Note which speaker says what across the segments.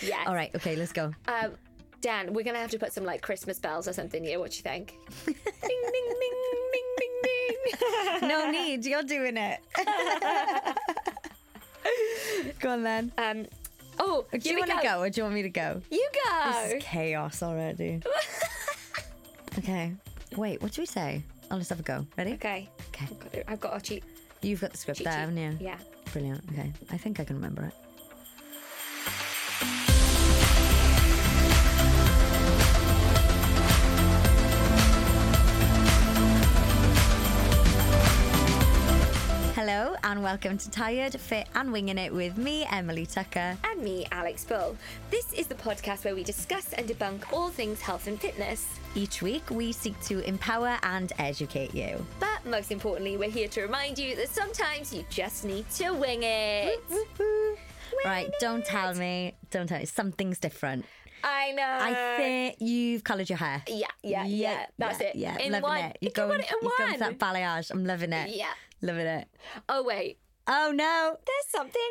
Speaker 1: Yes.
Speaker 2: All right. Okay. Let's go.
Speaker 1: Um, Dan, we're gonna have to put some like Christmas bells or something here. What do you think? ding ding ding ding ding ding.
Speaker 2: no need. You're doing it. go on then.
Speaker 1: Um, oh,
Speaker 2: Do you want to go Oh. or do you want me to go?
Speaker 1: You
Speaker 2: This
Speaker 1: go.
Speaker 2: is chaos already. okay. Wait, what do we say? I'll just have a go. Ready?
Speaker 1: Okay.
Speaker 2: Okay.
Speaker 1: I've got, it. I've got a cheat.
Speaker 2: You've got the script
Speaker 1: cheat
Speaker 2: there,
Speaker 1: sheet.
Speaker 2: haven't you?
Speaker 1: Yeah.
Speaker 2: Brilliant. Okay. I think I can remember it. Hello and welcome to Tired, Fit and Winging It with me, Emily Tucker.
Speaker 1: And me, Alex Bull. This is the podcast where we discuss and debunk all things health and fitness.
Speaker 2: Each week we seek to empower and educate you.
Speaker 1: But most importantly, we're here to remind you that sometimes you just need to wing it.
Speaker 2: Right, don't tell me. Don't tell me. Something's different.
Speaker 1: I know.
Speaker 2: I think you've coloured your hair.
Speaker 1: Yeah, yeah, yeah. That's it.
Speaker 2: Yeah,
Speaker 1: In
Speaker 2: loving
Speaker 1: one.
Speaker 2: it. You're
Speaker 1: You can
Speaker 2: going,
Speaker 1: win it in
Speaker 2: you're going for
Speaker 1: one.
Speaker 2: that balayage. I'm loving it.
Speaker 1: Yeah.
Speaker 2: Loving it.
Speaker 1: Oh wait,
Speaker 2: Oh, no.
Speaker 1: there's something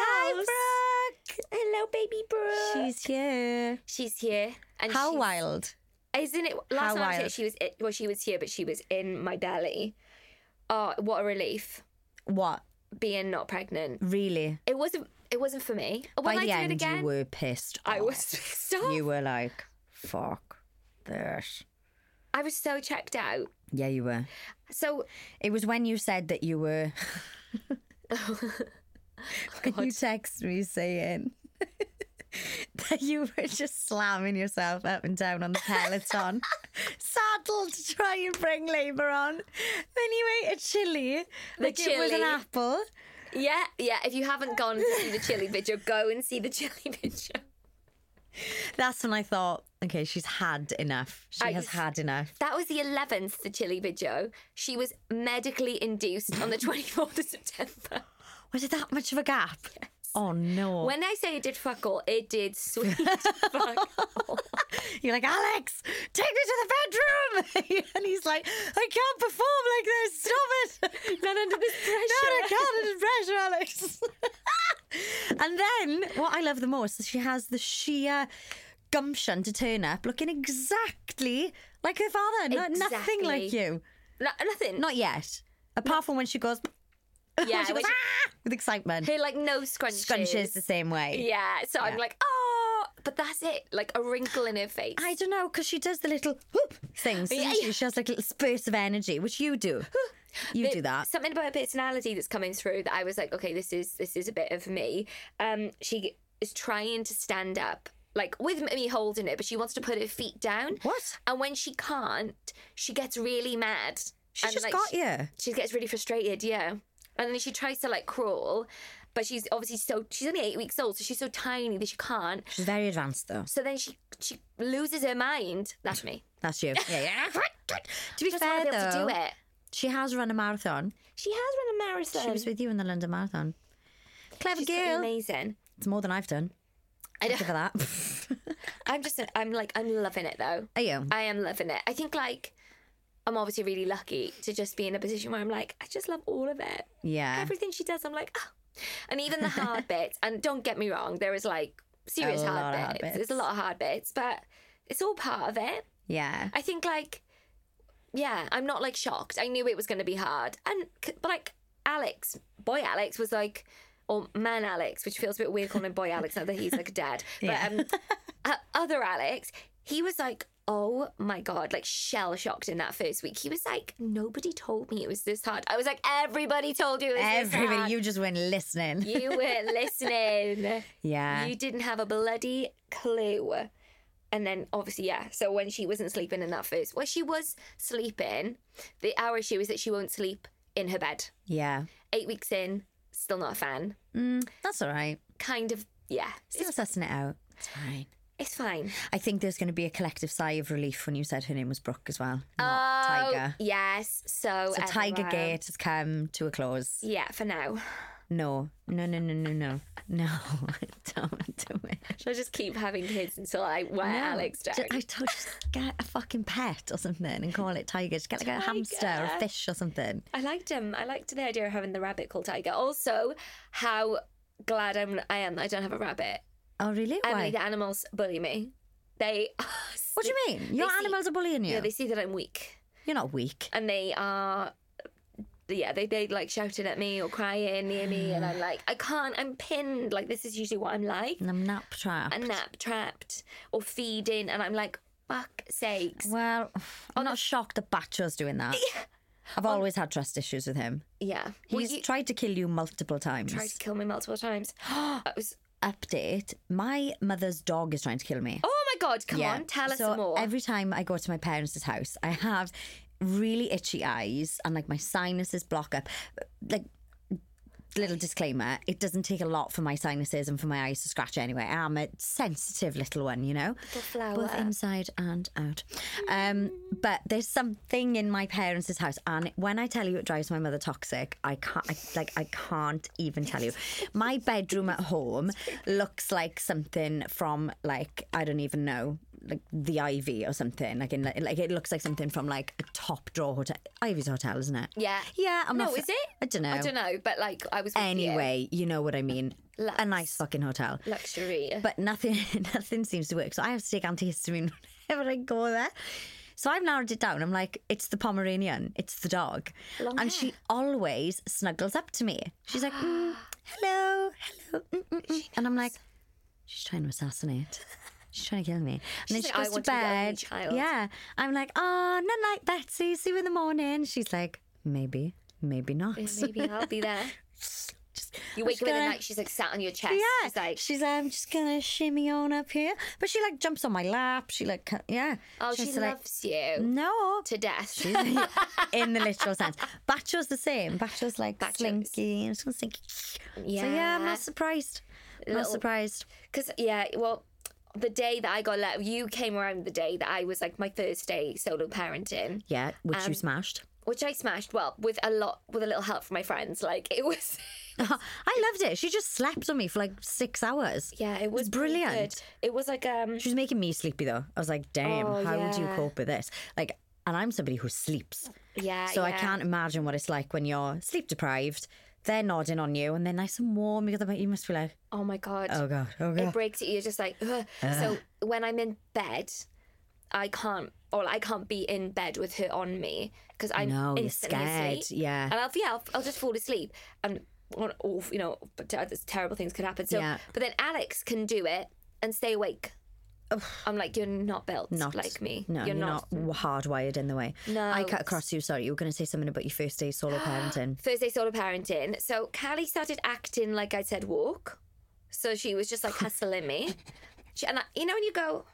Speaker 1: else.
Speaker 2: Hi, Brooke.
Speaker 1: Hello, baby Brooke.
Speaker 2: She's here.
Speaker 1: she's here. And
Speaker 2: How
Speaker 1: she's-
Speaker 2: wild.
Speaker 1: Isn't it? Last
Speaker 2: How
Speaker 1: time I was here,
Speaker 2: wild.
Speaker 1: she was i- well, she was here, but she was in my belly. Oh, what a relief
Speaker 2: What?
Speaker 1: being not pregnant.
Speaker 2: Really?
Speaker 1: It wasn't. It wasn't for me. When
Speaker 2: By
Speaker 1: I
Speaker 2: the
Speaker 1: do
Speaker 2: end,
Speaker 1: it again,
Speaker 2: you were pissed.
Speaker 1: I
Speaker 2: off.
Speaker 1: was so.
Speaker 2: You were like, fuck this.
Speaker 1: I was so checked out.
Speaker 2: Yeah, you were.
Speaker 1: So
Speaker 2: It was when you said that you were. Can you text me saying that you were just slamming yourself up and down on the peloton, saddled to try and bring labour on? Then you ate a chili, like it was an
Speaker 1: chili.
Speaker 2: apple.
Speaker 1: yeah, yeah. If you haven't gone to see the chili video, go and see the chili video.
Speaker 2: That's when I thought, okay, she's had enough. She
Speaker 1: I
Speaker 2: has
Speaker 1: just-
Speaker 2: had enough.
Speaker 1: That was the 11th, the chili video. She was medically induced on the 24th of September.
Speaker 2: Was it that much of a gap? Oh no!
Speaker 1: When I say it did fuck all, it did sweet fuck all.
Speaker 2: You're like, Alex, take me to the bedroom. and he's like, I can't perform like this. Stop it.
Speaker 1: Not under this
Speaker 2: Not
Speaker 1: pressure.
Speaker 2: I can't under pressure, Alex. and then what I love the most is she has the sheer gumption to turn up looking exactly like her father. No- nothing like
Speaker 1: Exactly.
Speaker 2: you.
Speaker 1: No- nothing.
Speaker 2: Not yet. Apart from when she goes,
Speaker 1: yeah,
Speaker 2: she goes,
Speaker 1: when she-
Speaker 2: "Ah!" with excitement.
Speaker 1: Hey, like no scrunches.
Speaker 2: Scrunches the same way.
Speaker 1: Yeah, so I'm like, oh, but that's it. Like a wrinkle in her face.
Speaker 2: I don't know because she does the little whoop things. doesn't
Speaker 1: Yeah,
Speaker 2: she? she has like little spurts of energy, which you do. You
Speaker 1: But
Speaker 2: do that.
Speaker 1: Something about her personality that's coming through that I was like, okay, this is this is a bit of me. Um, she is trying to stand up, like with me holding it, but she wants to put her feet down.
Speaker 2: What?
Speaker 1: And when she can't, she gets really mad.
Speaker 2: She
Speaker 1: and,
Speaker 2: just
Speaker 1: like,
Speaker 2: got
Speaker 1: she,
Speaker 2: you.
Speaker 1: She gets really frustrated, yeah. And then she tries to like crawl, but she's obviously so she's only eight weeks old, so she's so tiny that she can't.
Speaker 2: She's very advanced though.
Speaker 1: So then she she loses her mind. That's me.
Speaker 2: That's you. Yeah, yeah. to be
Speaker 1: Just
Speaker 2: fair
Speaker 1: want to be able
Speaker 2: though,
Speaker 1: to do it.
Speaker 2: she has run a marathon.
Speaker 1: She has run a marathon.
Speaker 2: She was with you in the London Marathon. Clever
Speaker 1: She's
Speaker 2: girl.
Speaker 1: amazing.
Speaker 2: It's more than I've done.
Speaker 1: I
Speaker 2: I'll
Speaker 1: know.
Speaker 2: give her that.
Speaker 1: I'm just, I'm like, I'm loving it though.
Speaker 2: Are you?
Speaker 1: I am loving it. I think like, I'm obviously really lucky to just be in a position where I'm like, I just love all of it.
Speaker 2: Yeah.
Speaker 1: Everything she does, I'm like, oh. And even the hard bits, and don't get me wrong, there is like serious
Speaker 2: A
Speaker 1: hard
Speaker 2: lot of
Speaker 1: bits.
Speaker 2: hard
Speaker 1: There's a
Speaker 2: bits.
Speaker 1: lot of hard bits, but it's all part of it.
Speaker 2: Yeah.
Speaker 1: I think like, yeah, I'm not like shocked. I knew it was going to be hard. And, c- but like, Alex, boy Alex was like, or man Alex, which feels a bit weird calling him boy Alex now that he's like a dad. But um, uh, other Alex, he was like, oh my God, like shell shocked in that first week. He was like, nobody told me it was this hard. I was like, everybody told you it was this hard.
Speaker 2: Everybody, you just weren't listening.
Speaker 1: You were listening.
Speaker 2: yeah.
Speaker 1: You didn't have a bloody clue. And then obviously, yeah. So when she wasn't sleeping in that first, well, she was sleeping. The our issue is that she won't sleep in her bed.
Speaker 2: yeah.
Speaker 1: Eight weeks in, still not a fan.
Speaker 2: Mm, that's all right.
Speaker 1: Kind of, yeah. It's,
Speaker 2: Still sussing it out. It's fine.
Speaker 1: it's fine.
Speaker 2: I think there's going to be a collective sigh of relief when you said her name was Brooke as well, not
Speaker 1: Oh,
Speaker 2: Tiger.
Speaker 1: yes. So
Speaker 2: So Tiger
Speaker 1: everyone-
Speaker 2: Gate has come to a close.
Speaker 1: Yeah, for now.
Speaker 2: No, no, no, no, no, no, no. Don't do it.
Speaker 1: Should I just keep having kids until I wear Alex down?
Speaker 2: Ju- I told you, just get a fucking pet or something and call it Tiger. Just get like a hamster or a
Speaker 1: Tiger.
Speaker 2: fish or something.
Speaker 1: I liked him. I liked the idea of having the rabbit called Tiger. Also, how glad I'm, I am that I don't have a rabbit.
Speaker 2: Oh, really?
Speaker 1: Emily,
Speaker 2: Why?
Speaker 1: the animals bully me. They.
Speaker 2: What do you mean? Your
Speaker 1: see-
Speaker 2: animals are bullying you.
Speaker 1: Yeah, Uh, they see that I'm weak,
Speaker 2: You're not weak.
Speaker 1: and they are. Yeah, they they like shouting at me or crying near me, and I'm like, I can't. I'm pinned. Like this is usually what I'm like.
Speaker 2: And I'm not trapped.
Speaker 1: A nap trapped or feeding, and I'm like, fuck sakes.
Speaker 2: Well, I'm not shocked that Bacho's doing that. I've always had trust issues with him.
Speaker 1: Yeah, well,
Speaker 2: He's
Speaker 1: you
Speaker 2: tried to kill you multiple times.
Speaker 1: tried to kill me multiple times. I was.
Speaker 2: Update My mother's dog is trying to kill me.
Speaker 1: Oh my god! Come on, tell us
Speaker 2: so
Speaker 1: more.
Speaker 2: Every time I go to my parents' house, I have really itchy eyes and like my sinuses block up. Like, little disclaimer it doesn't take a lot for my sinuses and for my eyes to scratch anyway. I am a sensitive little one, you know?
Speaker 1: Little flower.
Speaker 2: Both inside and out. Um,
Speaker 1: Mm.
Speaker 2: but there's something in my parents' house, and when I tell you it drives my mother toxic, I can't. I, like I can't even tell you. My bedroom at home looks like something from like I don't even know, like the Ivy or something. Like in like it looks like something from like a top drawer hotel. Ivy's hotel, isn't it?
Speaker 1: yeah.
Speaker 2: Yeah, I'm
Speaker 1: No,
Speaker 2: not.
Speaker 1: is it?
Speaker 2: I don't know.
Speaker 1: I don't know, but like I was with you.
Speaker 2: Anyway, you know what I mean.
Speaker 1: Lux.
Speaker 2: A nice fucking hotel
Speaker 1: luxury.
Speaker 2: but nothing nothing seems to work. So I have to take antihistamine whenever I go there. So I've narrowed it down. I'm like, it's the Pomeranian, it's the dog,
Speaker 1: Long
Speaker 2: and she always snuggles up to me. She's like, "Mm, hello, hello, mm, mm, mm." and I'm like, she's trying to assassinate. She's trying to kill me. And
Speaker 1: She's
Speaker 2: then
Speaker 1: like, "I
Speaker 2: she goes
Speaker 1: want
Speaker 2: to
Speaker 1: to be the only
Speaker 2: bed.
Speaker 1: child."
Speaker 2: Yeah, I'm like, oh, night night, Betsy. See you in the morning. She's like, maybe, maybe not.
Speaker 1: Yeah, Maybe I'll be there.
Speaker 2: Just-
Speaker 1: You
Speaker 2: I'm
Speaker 1: wake
Speaker 2: just
Speaker 1: up in the
Speaker 2: gonna-
Speaker 1: night, she's like sat on your chest.
Speaker 2: yeah.
Speaker 1: She's like,
Speaker 2: she's um, just gonna shimmy on up here, but she like jumps on my lap. She like, ca- yeah.
Speaker 1: oh,
Speaker 2: She's
Speaker 1: she
Speaker 2: like, "Mm."
Speaker 1: loves you
Speaker 2: no,
Speaker 1: to death.
Speaker 2: in the literal sense. Bacho's the same. Bacho's like
Speaker 1: Bacho's-
Speaker 2: slinky and she's like, yeah. So yeah, I'm not surprised. Not
Speaker 1: Little-
Speaker 2: surprised.
Speaker 1: Because, yeah, well, the day that I got let, you came around the day that I was like my first day solo parenting,
Speaker 2: Yeah, which
Speaker 1: Um,
Speaker 2: you smashed.
Speaker 1: which I smashed, well, with a lot, with a little help from my friends. Like, it was,
Speaker 2: I loved it. She just slept on me for like six hours.
Speaker 1: yeah, it was pretty
Speaker 2: brilliant.
Speaker 1: good. It was like, um,
Speaker 2: She was making me sleepy though. I was like, damn,
Speaker 1: Oh,
Speaker 2: how do you
Speaker 1: yeah.
Speaker 2: cope with this? Like, and I'm somebody who sleeps.
Speaker 1: yeah.
Speaker 2: So
Speaker 1: Ah,
Speaker 2: I
Speaker 1: yeah.
Speaker 2: can't imagine what it's like when you're sleep deprived. They're nodding on you, and they're nice and warm. You got the you must be like,
Speaker 1: Oh my God.
Speaker 2: oh god, oh
Speaker 1: It
Speaker 2: god.
Speaker 1: breaks it. You're just like, Ugh. so
Speaker 2: Uh.
Speaker 1: when I'm in bed, I can't, or I can't be in bed with her on me because I'm
Speaker 2: No, you're
Speaker 1: instantly
Speaker 2: scared.
Speaker 1: asleep.
Speaker 2: Yeah,
Speaker 1: And I'll yeah, I'll, I'll just fall asleep and or- or, you know, but ter- terrible things could happen. So,
Speaker 2: Yeah.
Speaker 1: but then Alex can do it and stay awake. I'm like, you're not built
Speaker 2: not
Speaker 1: like me.
Speaker 2: No, you're, not, hardwired in the way.
Speaker 1: No.
Speaker 2: I cut across you. Sorry, you were going to say something about your first day solo parenting.
Speaker 1: Thursday solo parenting. So Callie started acting like I said walk. So she was just like hustling me. She, and I, you know when you go,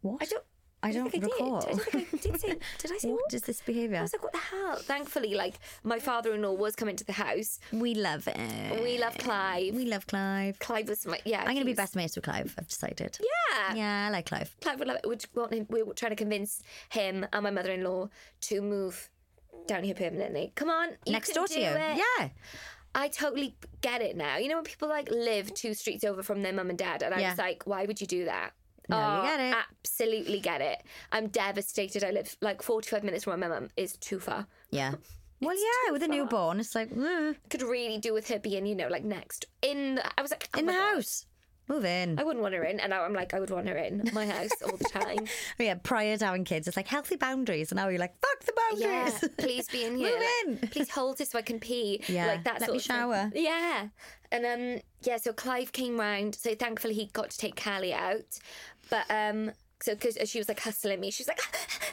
Speaker 2: What?
Speaker 1: I don't,
Speaker 2: I don't
Speaker 1: think
Speaker 2: recall.
Speaker 1: I did. I don't think I did say. Did I say walk?
Speaker 2: What is this behaviour?
Speaker 1: I was like, what the hell? Thankfully, like my father-in-law was coming to the house.
Speaker 2: we love it.
Speaker 1: We love Clive.
Speaker 2: We love Clive.
Speaker 1: Clive was my yeah.
Speaker 2: I'm going to
Speaker 1: he
Speaker 2: be
Speaker 1: was-
Speaker 2: best mates with Clive. I've decided.
Speaker 1: Yeah.
Speaker 2: Yeah, I like Clive.
Speaker 1: Clive would love it. We'd want him, we were trying to convince him and my mother-in-law to move down here permanently. Come on, you
Speaker 2: Next
Speaker 1: can
Speaker 2: door to
Speaker 1: do
Speaker 2: you.
Speaker 1: it.
Speaker 2: Yeah.
Speaker 1: I totally get it now. You know when people like live two streets over from their mum and dad, and I
Speaker 2: Yeah.
Speaker 1: was like, why would you do that? Oh,
Speaker 2: No, you get it.
Speaker 1: Absolutely get it. I'm devastated. I live like 45 minutes from my mum is too far.
Speaker 2: Yeah. Well, yeah, with a newborn, it's like, mm,
Speaker 1: Could really do with her being, you know, like next in. The, I was like, oh
Speaker 2: in
Speaker 1: my
Speaker 2: the
Speaker 1: God.
Speaker 2: house. Move in.
Speaker 1: I wouldn't want her in, and now I'm like, I would want her in my house all the time.
Speaker 2: Yeah, prior to having kids, it's like healthy boundaries, and now you're like, fuck the
Speaker 1: yeah,
Speaker 2: boundaries.
Speaker 1: please be in here.
Speaker 2: Move
Speaker 1: like,
Speaker 2: in.
Speaker 1: Please hold it so I can pee.
Speaker 2: Yeah,
Speaker 1: like that
Speaker 2: let
Speaker 1: sort
Speaker 2: me
Speaker 1: of thing.
Speaker 2: shower.
Speaker 1: Yeah, and um, yeah. So Clive came round. So thankfully he got to take Callie out, but um, so because she was like hustling me, she was like,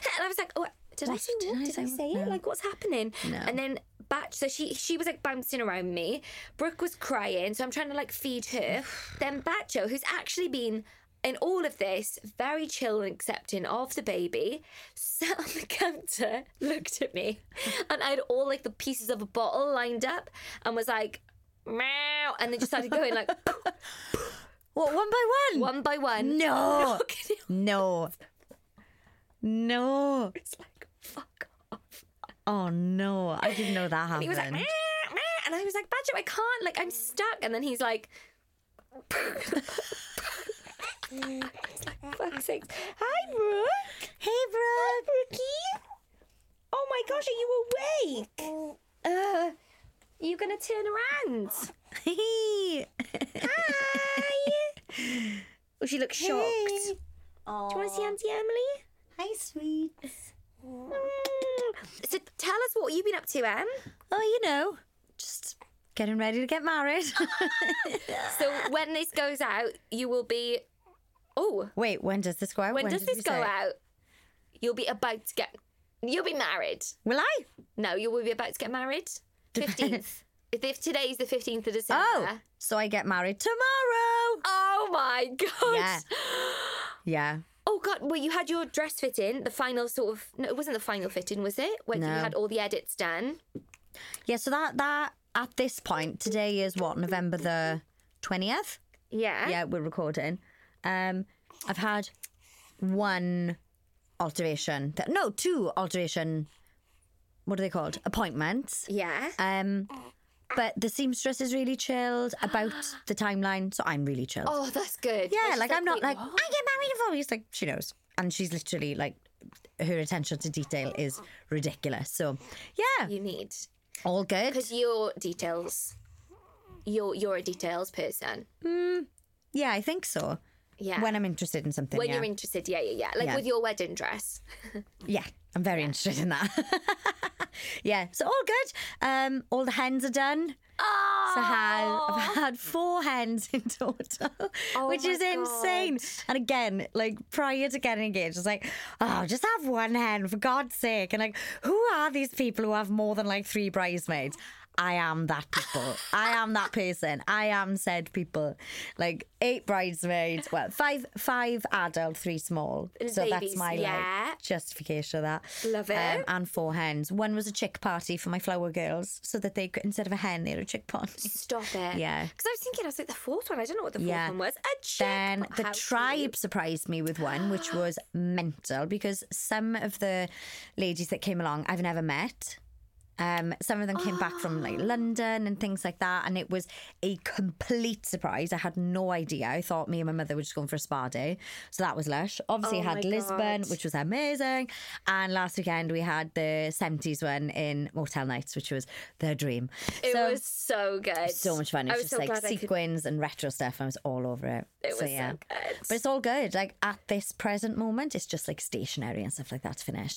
Speaker 1: and I was like, oh. Did I
Speaker 2: What?
Speaker 1: say what? Did, I, say it? Like, what's happening? And then Batch, so she she was like bouncing around me. Brooke was crying, so I'm trying to like feed her. then Batcho, who's actually been in all of this, very chill and accepting of the baby, sat on the counter, looked at me, and I had all like the pieces of a bottle lined up and was like, meow, and then just started going like
Speaker 2: What, one by one?
Speaker 1: one by one.
Speaker 2: No.
Speaker 1: Fucking-
Speaker 2: No. No.
Speaker 1: it's like, fuck off.
Speaker 2: Oh no. I didn't know that
Speaker 1: He was like,
Speaker 2: happened.
Speaker 1: "Meh, meh," and I was like, Badger, I can't, like, I'm stuck. And then he's like, It's like, fuck's sakes. Hi, Brooke.
Speaker 2: Hey bro.
Speaker 1: Brookie. Oh my gosh, are you awake? Uh, you gonna turn around?
Speaker 2: Hey.
Speaker 1: Hi. Oh, she looks shocked.
Speaker 2: Hey.
Speaker 1: Do you want to see
Speaker 2: Aw.
Speaker 1: Auntie Emily?
Speaker 2: Hi, sweets.
Speaker 1: Mm. So tell us what you've been up to, Em.
Speaker 2: Oh, you know, just getting ready to get married.
Speaker 1: So when this goes out, you will be. Oh,
Speaker 2: Wait, when does this go out?
Speaker 1: when, does
Speaker 2: did
Speaker 1: this
Speaker 2: we
Speaker 1: go
Speaker 2: say?
Speaker 1: out? You'll be about to get. You'll be married.
Speaker 2: Will I?
Speaker 1: No, you will be about to get married. Fifteenth. if, if today's the fifteenth of December.
Speaker 2: Oh, so I get married tomorrow.
Speaker 1: Oh my god.
Speaker 2: Yeah. Yeah.
Speaker 1: Oh god. Well, you had your dress fit in. The final sort of. No, it wasn't the final fitting, was it? When you
Speaker 2: No.
Speaker 1: had all the edits done.
Speaker 2: Yeah, so that that at this point today is what November the 20th.
Speaker 1: Yeah.
Speaker 2: Yeah, we're recording. Um I've had one alteration. Th- No, two alteration. What are they called? Appointments.
Speaker 1: Yeah.
Speaker 2: Um but the seamstress is really chilled about the timeline, so I'm really chilled.
Speaker 1: Oh, that's good. Well,
Speaker 2: yeah,
Speaker 1: she's
Speaker 2: like I'm not
Speaker 1: "Wait,
Speaker 2: like
Speaker 1: what?"
Speaker 2: I get married in four weeks. Like she knows, and she's literally like her attention to detail is ridiculous. So yeah,
Speaker 1: you need
Speaker 2: all good.
Speaker 1: because you're details. You're you're a details person.
Speaker 2: Yeah, I think so.
Speaker 1: Yeah.
Speaker 2: When I'm interested in something,
Speaker 1: when
Speaker 2: yeah.
Speaker 1: you're interested, yeah, yeah, yeah. Like
Speaker 2: Yeah.
Speaker 1: with your wedding dress.
Speaker 2: yeah, I'm very interested in that. yeah, so all good. Um, all the hens are done.
Speaker 1: Oh,
Speaker 2: So how I've had four hens in total,
Speaker 1: Oh
Speaker 2: which
Speaker 1: my
Speaker 2: is insane. And again, like prior to getting engaged, I was like, oh, just have one hen for God's sake. And like, who are these people who have more than like three bridesmaids? I am that people. I am that person. I am said people. Like eight bridesmaids. Well, five five adult, three small.
Speaker 1: And
Speaker 2: So
Speaker 1: babies,
Speaker 2: that's my
Speaker 1: yeah.
Speaker 2: like justification of that. Um,
Speaker 1: Love it.
Speaker 2: and four hens. One was a chick party for my flower girls, so that they could instead of a hen, they had a chick party.
Speaker 1: stop it.
Speaker 2: Yeah.
Speaker 1: Because I was thinking, I was like the fourth one. I don't know what the fourth
Speaker 2: Yeah.
Speaker 1: one was. A chick.
Speaker 2: Then the
Speaker 1: How
Speaker 2: tribe
Speaker 1: cute.
Speaker 2: surprised me with one, which was mental because some of the ladies that came along I've never met. Um, some of them came back from like London and things like that, and it was a complete surprise. I had no idea. I thought me and my mother were just going for a spa day, so that was lush. Obviously,
Speaker 1: Oh
Speaker 2: I had
Speaker 1: my
Speaker 2: Lisbon,
Speaker 1: God.
Speaker 2: which was amazing, and last weekend we had the seventies one in Motel Nights, which was the dream.
Speaker 1: It
Speaker 2: so
Speaker 1: was so good.
Speaker 2: so much fun. It
Speaker 1: I
Speaker 2: was,
Speaker 1: was
Speaker 2: just
Speaker 1: so
Speaker 2: like
Speaker 1: glad I could-
Speaker 2: sequins and retro stuff. I was all over it.
Speaker 1: It was
Speaker 2: so
Speaker 1: so,
Speaker 2: yeah.
Speaker 1: good.
Speaker 2: But it's all good. Like at this present moment, it's just like stationery and stuff like that to finish.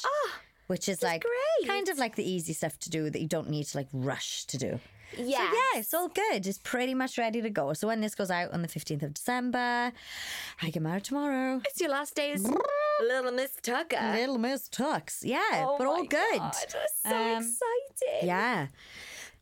Speaker 2: which is like
Speaker 1: Ah, great.
Speaker 2: kind of like the easy stuff to do that you don't need to like rush to do. So
Speaker 1: yeah.
Speaker 2: yeah, it's all good. It's pretty much ready to go. So when this goes out on the 15th of December, I get married tomorrow.
Speaker 1: It's your last day as Little Miss Tucker.
Speaker 2: Little Miss Tux. Yeah,
Speaker 1: Oh
Speaker 2: but all
Speaker 1: my
Speaker 2: good.
Speaker 1: God, that's so
Speaker 2: Um,
Speaker 1: exciting.
Speaker 2: Yeah.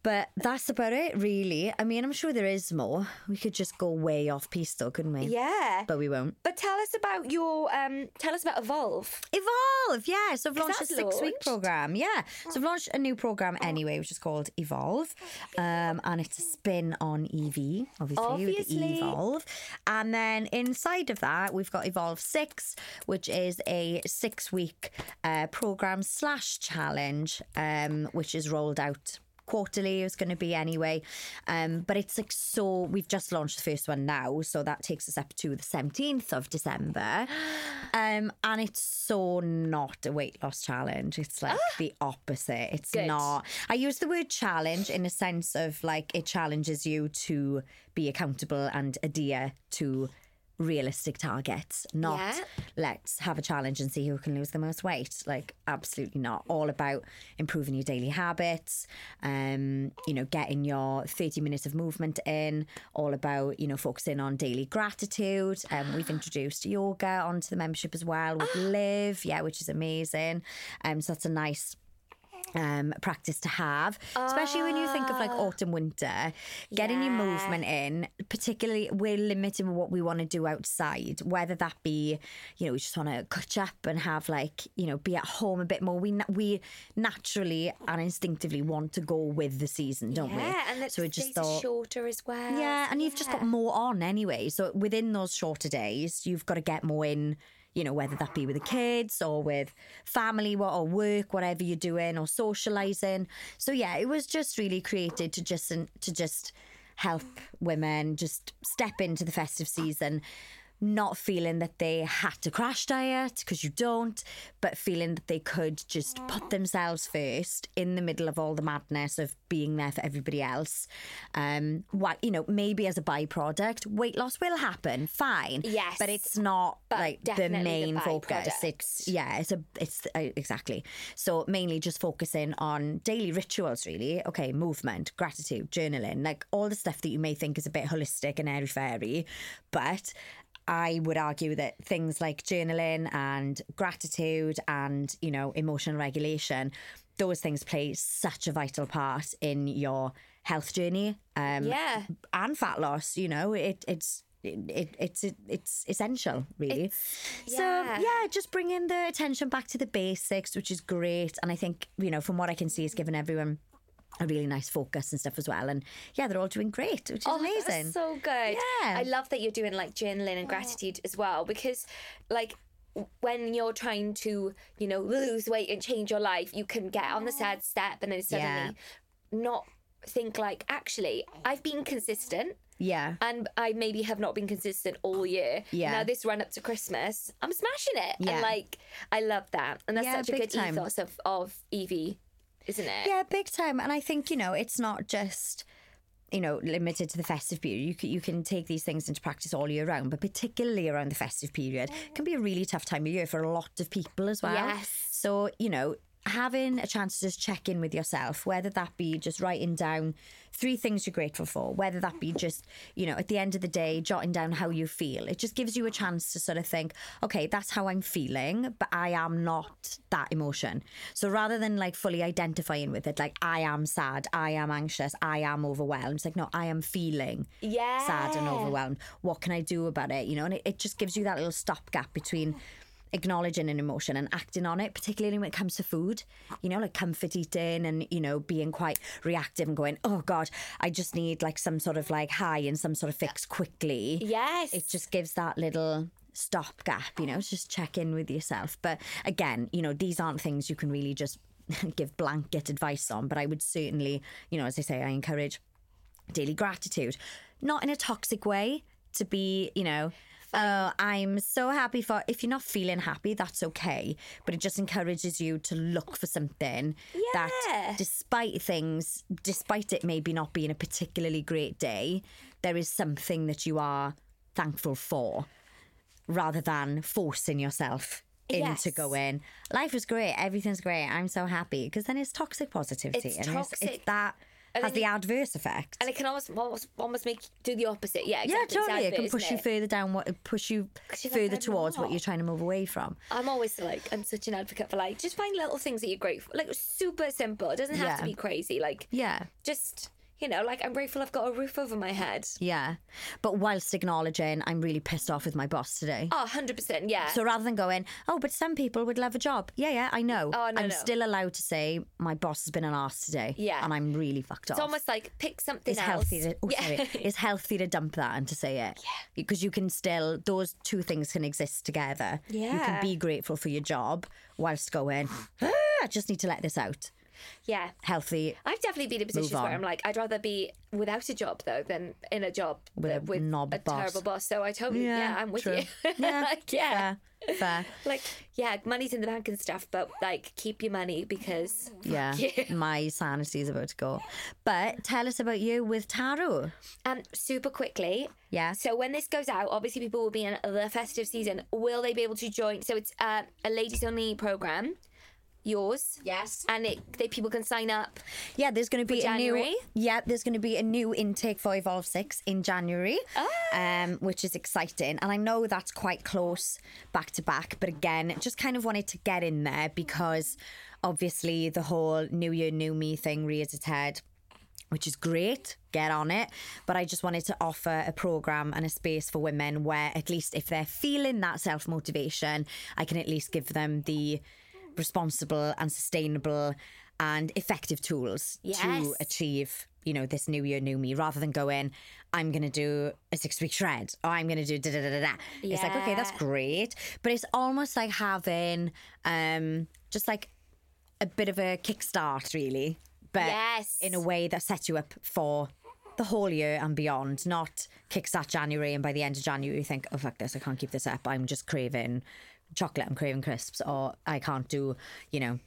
Speaker 2: But that's about it, really. I mean, I'm sure there is more. We could just go way off piece, though, couldn't we?
Speaker 1: Yeah.
Speaker 2: But we won't.
Speaker 1: But tell us about your um tell us about Evolve.
Speaker 2: Evolve, yeah. So I've launched a
Speaker 1: that's
Speaker 2: six week
Speaker 1: launched. Oh.
Speaker 2: program. Yeah. So I've launched a new program anyway, which is called Evolve. Um, and it's a spin on EV, obviously, with E the
Speaker 1: Obviously.
Speaker 2: Evolve. And then inside of that, we've got Evolve Six, which is a six week uh, program slash challenge, um, which is rolled out quarterly it's going to be anyway um but it's like so we've just launched the first one now so that takes us up to the 17th of december um and it's so not a weight loss challenge it's like the opposite it's
Speaker 1: Good.
Speaker 2: not i use the word challenge in a sense of like it challenges you to be accountable and adhere to realistic targets not
Speaker 1: Yeah.
Speaker 2: let's have a challenge and see who can lose the most weight. Like, absolutely not. All about improving your daily habits, um, you know, getting your 30 minutes of movement in, all about, you know, focusing on daily gratitude. Um, we've introduced yoga onto the membership as well with Live, yeah, which is amazing. Um, so that's a nice um, practice to have, especially when you think of like autumn, winter, getting your
Speaker 1: Ah. Yeah.
Speaker 2: movement in. Particularly, we're limiting what we want to do outside, whether that be, you know, we just want to catch up and have like, you know, be at home a bit more. We na- we naturally and instinctively want to go with the season, don't we?
Speaker 1: yeah, and that's
Speaker 2: so we just thought.
Speaker 1: shorter as well.
Speaker 2: Yeah, and you've just got
Speaker 1: Yeah.
Speaker 2: more on anyway. So within those shorter days, you've got to get more in. You know, whether that be with the kids or with family what- or work, whatever you're doing or socializing. So yeah, it was just really created to just to just help women just step into the festive season not feeling that they had to crash diet because you don't, but feeling that they could just put themselves first in the middle of all the madness of being there for everybody else. Um, why, you know, maybe as a byproduct, weight loss will happen, fine.
Speaker 1: Yes.
Speaker 2: but it's not
Speaker 1: But
Speaker 2: like the
Speaker 1: definitely the
Speaker 2: main focus.
Speaker 1: byproduct.
Speaker 2: It's yeah, it's a it's uh, exactly. So mainly just focusing on daily rituals, really. Okay, movement, gratitude, journaling, like all the stuff that you may think is a bit holistic and airy fairy, but. I would argue that things like journaling and gratitude and, you know, emotional regulation, those things play such a vital part in your health journey. Um,
Speaker 1: Yeah.
Speaker 2: and fat loss. You know, it it's it, it it's it, it's essential, really.
Speaker 1: yeah.
Speaker 2: So yeah, just bringing the attention back to the basics, which is great. And I think you know, from what I can see, it's given everyone a really nice focus and stuff as well. And yeah, they're all doing great, which is
Speaker 1: Oh, that was
Speaker 2: amazing.
Speaker 1: so good.
Speaker 2: Yeah. Oh.
Speaker 1: I love that you're doing like journaling and gratitude as well because, like, w- when you're trying to, you know, lose weight and change your life, you can get on the sad step and then suddenly not think like, actually, I've been consistent
Speaker 2: yeah.
Speaker 1: and I maybe have not been consistent all year.
Speaker 2: Yeah.
Speaker 1: Now this run up to Christmas, I'm smashing it.
Speaker 2: Yeah.
Speaker 1: And like, I love that. And that's
Speaker 2: Yeah,
Speaker 1: such a
Speaker 2: big
Speaker 1: good
Speaker 2: time.
Speaker 1: ethos of, of Evie, isn't it?
Speaker 2: Yeah, big time. And I think you know it's not just you know limited to the festive period. You can, you can take these things into practice all year round, but particularly around the festive period it can be a really tough time of year for a lot of people as well.
Speaker 1: Yes.
Speaker 2: So you know. Having a chance to just check in with yourself, whether that be just writing down three things you're grateful for, whether that be just, you know, at the end of the day, jotting down how you feel, it just gives you a chance to sort of think, okay, that's how I'm feeling, but I am not that emotion. So rather than like fully identifying with it, like I am sad, I am anxious, I am overwhelmed, it's like, no, I am feeling
Speaker 1: Yeah.
Speaker 2: sad and overwhelmed. What can I do about it? You know, and it, it just gives you that little stopgap between acknowledging an emotion and acting on it, particularly when it comes to food, you know, like comfort eating and, you know, being quite reactive and going, oh God, I just need like some sort of like high and some sort of fix quickly
Speaker 1: Yes.
Speaker 2: it just gives that little stopgap, you know, to just check in with yourself. But again, you know, these aren't things you can really just give blanket advice on. But I would certainly, you know, as I say, I encourage daily gratitude, not in a toxic way, to be, you know, oh, I'm so happy for. If you're not feeling happy, that's okay. But it just encourages you to look for something
Speaker 1: Yeah.
Speaker 2: that, despite things, despite it maybe not being a particularly great day, there is something that you are thankful for rather than forcing yourself
Speaker 1: Yes.
Speaker 2: into going life is great everything's great i'm so happy because then it's toxic positivity
Speaker 1: It's
Speaker 2: and It's,
Speaker 1: toxic.
Speaker 2: it's that
Speaker 1: And
Speaker 2: has
Speaker 1: then
Speaker 2: the adverse effect
Speaker 1: And it can almost almost, almost make do the opposite. Yeah,
Speaker 2: yeah
Speaker 1: exactly.
Speaker 2: totally
Speaker 1: It's
Speaker 2: it can
Speaker 1: advert,
Speaker 2: push you
Speaker 1: isn't it?
Speaker 2: further down what push you
Speaker 1: 'Cause you're like,
Speaker 2: further
Speaker 1: I'm
Speaker 2: towards
Speaker 1: not.
Speaker 2: what you're trying to move away from
Speaker 1: I'm always like I'm such an advocate for like just find little things that you're grateful. Like super simple. It doesn't have to
Speaker 2: Yeah.
Speaker 1: be crazy. Like
Speaker 2: yeah
Speaker 1: just you know, like I'm grateful I've got a roof over my head.
Speaker 2: yeah but whilst acknowledging i'm really pissed off with my boss today
Speaker 1: Oh, 100 percent. Yeah.
Speaker 2: So rather than going, oh, but some people would love a job. Yeah, yeah, I know.
Speaker 1: Oh, no, no.
Speaker 2: I'm still allowed to say my boss has been an arse today.
Speaker 1: Yeah.
Speaker 2: and I'm really fucked
Speaker 1: it's
Speaker 2: off.
Speaker 1: almost like pick something
Speaker 2: it's
Speaker 1: else.
Speaker 2: healthy to oh, sorry.
Speaker 1: yeah.
Speaker 2: it's healthy to dump that and to say it because you can still those two things can exist together you
Speaker 1: Yeah.
Speaker 2: can be grateful for your job whilst going "Ah, i just need to let this out
Speaker 1: yeah.
Speaker 2: healthy
Speaker 1: I've definitely been in positions
Speaker 2: Move
Speaker 1: where
Speaker 2: on.
Speaker 1: I'm like, I'd rather be without a job though than in a job
Speaker 2: With a
Speaker 1: that- with
Speaker 2: knob
Speaker 1: a
Speaker 2: boss.
Speaker 1: terrible boss. So I totally, yeah, I'm with
Speaker 2: true.
Speaker 1: you.
Speaker 2: yeah
Speaker 1: like, yeah.
Speaker 2: fair, fair.
Speaker 1: like yeah money's in the bank and stuff but like keep your money because
Speaker 2: yeah
Speaker 1: you.
Speaker 2: my sanity is about to go but tell us about you with tarot
Speaker 1: um super quickly
Speaker 2: yeah
Speaker 1: so when this goes out obviously people will be in the festive season will they be able to join so it's uh, a ladies only program yours
Speaker 2: yes
Speaker 1: and it they people can sign up
Speaker 2: yeah there's going to be a
Speaker 1: January?
Speaker 2: new yeah there's going to be a new intake for evolve 6 in january
Speaker 1: Oh.
Speaker 2: um, which is exciting and i know that's quite close back to back but again just kind of wanted to get in there because obviously the whole new year new me thing rears its head which is great. Get on it. But I just wanted to offer a program and a space for women where, at least if they're feeling that self motivation, I can at least give them the responsible and sustainable and effective tools
Speaker 1: Yes.
Speaker 2: to achieve. You know, this new year, new me, rather than go in, I'm going to do a six week shred or I'm going to do da da da da da. It's like, okay, that's
Speaker 1: Yeah.
Speaker 2: great. But it's almost like having um, just like a bit of a kickstart, really. But
Speaker 1: Yes.
Speaker 2: in a way that sets you up for the whole year and beyond, not kickstart January and by the end of January you think, oh fuck this, I can't keep this up. I'm just craving chocolate, I'm craving crisps, or I can't do, you know,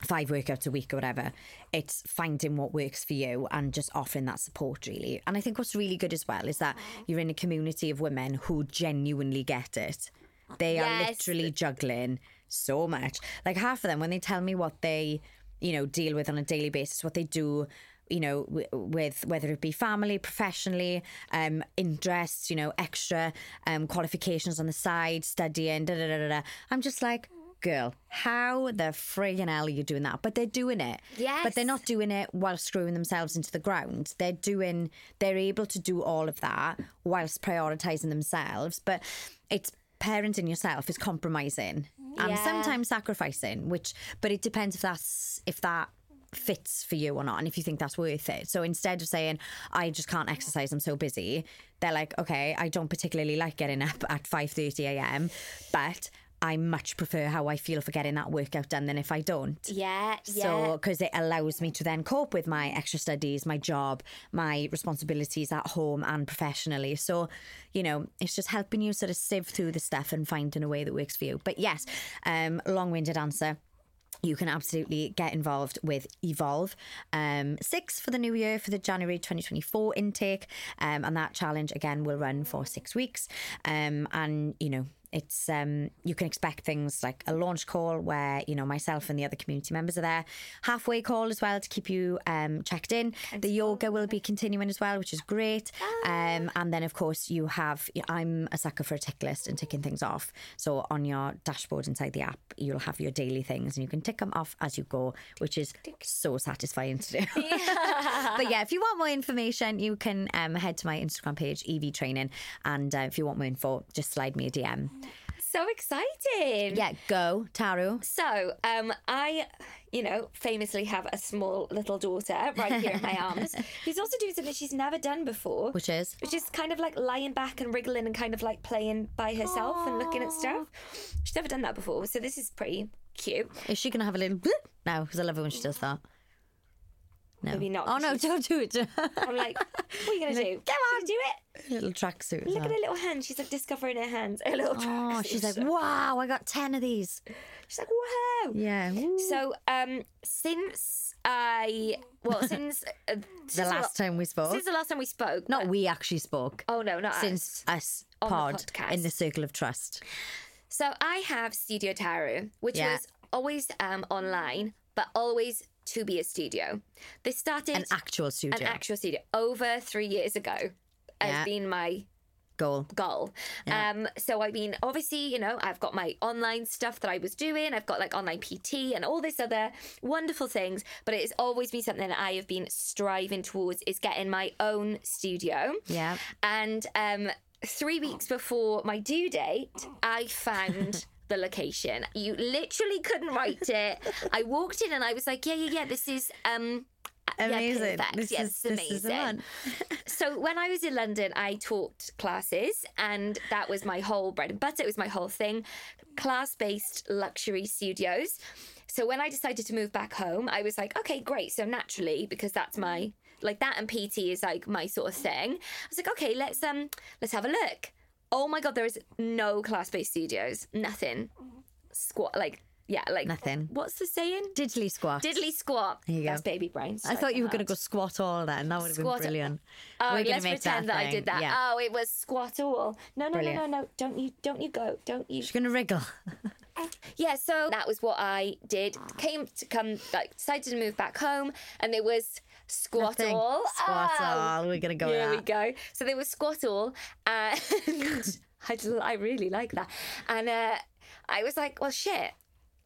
Speaker 2: five workouts a week or whatever. It's finding what works for you and just offering that support really. And I think what's really good as well is that you're in a community of women who genuinely get it. They are
Speaker 1: Yes.
Speaker 2: literally juggling so much. Like half of them when they tell me what they, you know, deal with on a daily basis, what they do you know, w- with whether it be family, professionally, um, interests, you know, extra um, qualifications on the side, studying, da da da da. da. I'm just like, girl, how the friggin' hell are you doing that? But they're doing it. But they're
Speaker 1: Yes.
Speaker 2: not doing it while screwing themselves into the ground. They're doing, they're able to do all of that whilst prioritizing themselves. But it's parenting yourself is compromising and
Speaker 1: Yeah.
Speaker 2: sometimes sacrificing. Which, but it depends if that's if that fits for you or not, and if you think that's worth it. So instead of saying I just can't exercise, I'm so busy, they're like, okay, I don't particularly like getting up at five thirty a.m., but I much prefer how I feel for getting that workout done than if I don't.
Speaker 1: Yeah, yeah.
Speaker 2: So, because it allows me to then cope with my extra studies, my job, my responsibilities at home and professionally. So, you know, it's just helping you sort of sieve through the stuff and finding a way that works for you. But yes, um, long winded answer. You can absolutely get involved with Evolve. Um, six for the new year for the January 2024 intake. Um, and that challenge again will run for six weeks. Um, and, you know, it's um you can expect things like a launch call where you know myself and the other community members are there halfway call as well to keep you um checked in the yoga will be continuing as well which is great um and then of course you have i'm a sucker for a tick list and ticking things off so on your dashboard inside the app you'll have your daily things and you can tick them off as you go which is so satisfying to do but yeah, if you want more information, you can um, head to my Instagram page, EV Training. And uh, if you want more info, just slide me a DM.
Speaker 1: so exciting.
Speaker 2: Yeah, go, Taru.
Speaker 1: So, um, I, you know, famously have a small little daughter right here in my arms who's also doing something she's never done before,
Speaker 2: Which is?
Speaker 1: which is kind of like lying back and wriggling and kind of like playing by herself and looking at stuff. She's never done that before, so this is pretty cute.
Speaker 2: Is she going to have a little blip? No, because I love it when she does that. No.
Speaker 1: Maybe not,
Speaker 2: Oh,
Speaker 1: 'cause
Speaker 2: no,
Speaker 1: she's-
Speaker 2: don't do it.
Speaker 1: I'm like, what are you gonna do? Come on, do it.
Speaker 2: little tracksuit. as
Speaker 1: Look at her
Speaker 2: well.
Speaker 1: little hand. She's like discovering her hands. Her little.
Speaker 2: Oh,
Speaker 1: tracksuit.
Speaker 2: she's like, wow, I got 10 of these.
Speaker 1: she's like, wow.
Speaker 2: Yeah.
Speaker 1: So, um, since I, well, since uh, since
Speaker 2: The last time we spoke.
Speaker 1: since the last time we spoke,
Speaker 2: Not we actually spoke.
Speaker 1: Oh no, not since.
Speaker 2: Since us
Speaker 1: On the
Speaker 2: pod
Speaker 1: podcast.
Speaker 2: in the circle of trust.
Speaker 1: So I have Studio Tarot, which
Speaker 2: Yeah.
Speaker 1: was always um online, but always to be a studio. They started
Speaker 2: An
Speaker 1: an,
Speaker 2: actual studio
Speaker 1: actual studio over three years ago.
Speaker 2: Yeah.
Speaker 1: Has been my
Speaker 2: goal.
Speaker 1: goal. Um, so I mean, obviously, you know, I've got my online stuff that I was doing. I've got like online PT and all this other wonderful things. But it has always been something that I have been striving towards is getting my own studio.
Speaker 2: Yeah.
Speaker 1: And um, three weeks before my due date, I found the location. You literally couldn't write it. I walked in and I was like, yeah, yeah, yeah, this is. Um, yeah,
Speaker 2: Amazing.
Speaker 1: perfect.
Speaker 2: this,
Speaker 1: Yeah,
Speaker 2: is, this is the one.
Speaker 1: so when I was in London, I taught classes, and that was my whole bread and butter. It was my whole thing, class-based luxury studios. So when I decided to move back home, I was like, okay, great. So naturally, because that's my like that and PT is like my sort of thing. I was like, okay, let's um let's have a look. Oh my god, there is no class-based studios. Nothing. Squat like yeah, like
Speaker 2: Nothing.
Speaker 1: What's the saying?
Speaker 2: Diddly squat.
Speaker 1: Diddly squat.
Speaker 2: you go.
Speaker 1: That's baby brain.
Speaker 2: I
Speaker 1: Sorry
Speaker 2: thought you were
Speaker 1: about
Speaker 2: going
Speaker 1: that.
Speaker 2: to go squat all then. That would have been
Speaker 1: Squat-
Speaker 2: brilliant.
Speaker 1: Oh,
Speaker 2: We're gonna
Speaker 1: let's
Speaker 2: make
Speaker 1: pretend that, I
Speaker 2: thing.
Speaker 1: did that.
Speaker 2: Yeah.
Speaker 1: Oh, it was squat all. No, no, no,
Speaker 2: Brilliant.
Speaker 1: no, no. Don't you, don't you go. Don't you. Ah,
Speaker 2: She's going to wriggle.
Speaker 1: Yeah. So that was what I did. Came to come, like, decided to move back home, and there was squat
Speaker 2: Thing.
Speaker 1: all.
Speaker 2: Squat
Speaker 1: Oh,
Speaker 2: all. We're going to go
Speaker 1: There we
Speaker 2: with that.
Speaker 1: go. So there was squat all, and I, l- I really like that. And uh, I was like, well, shit.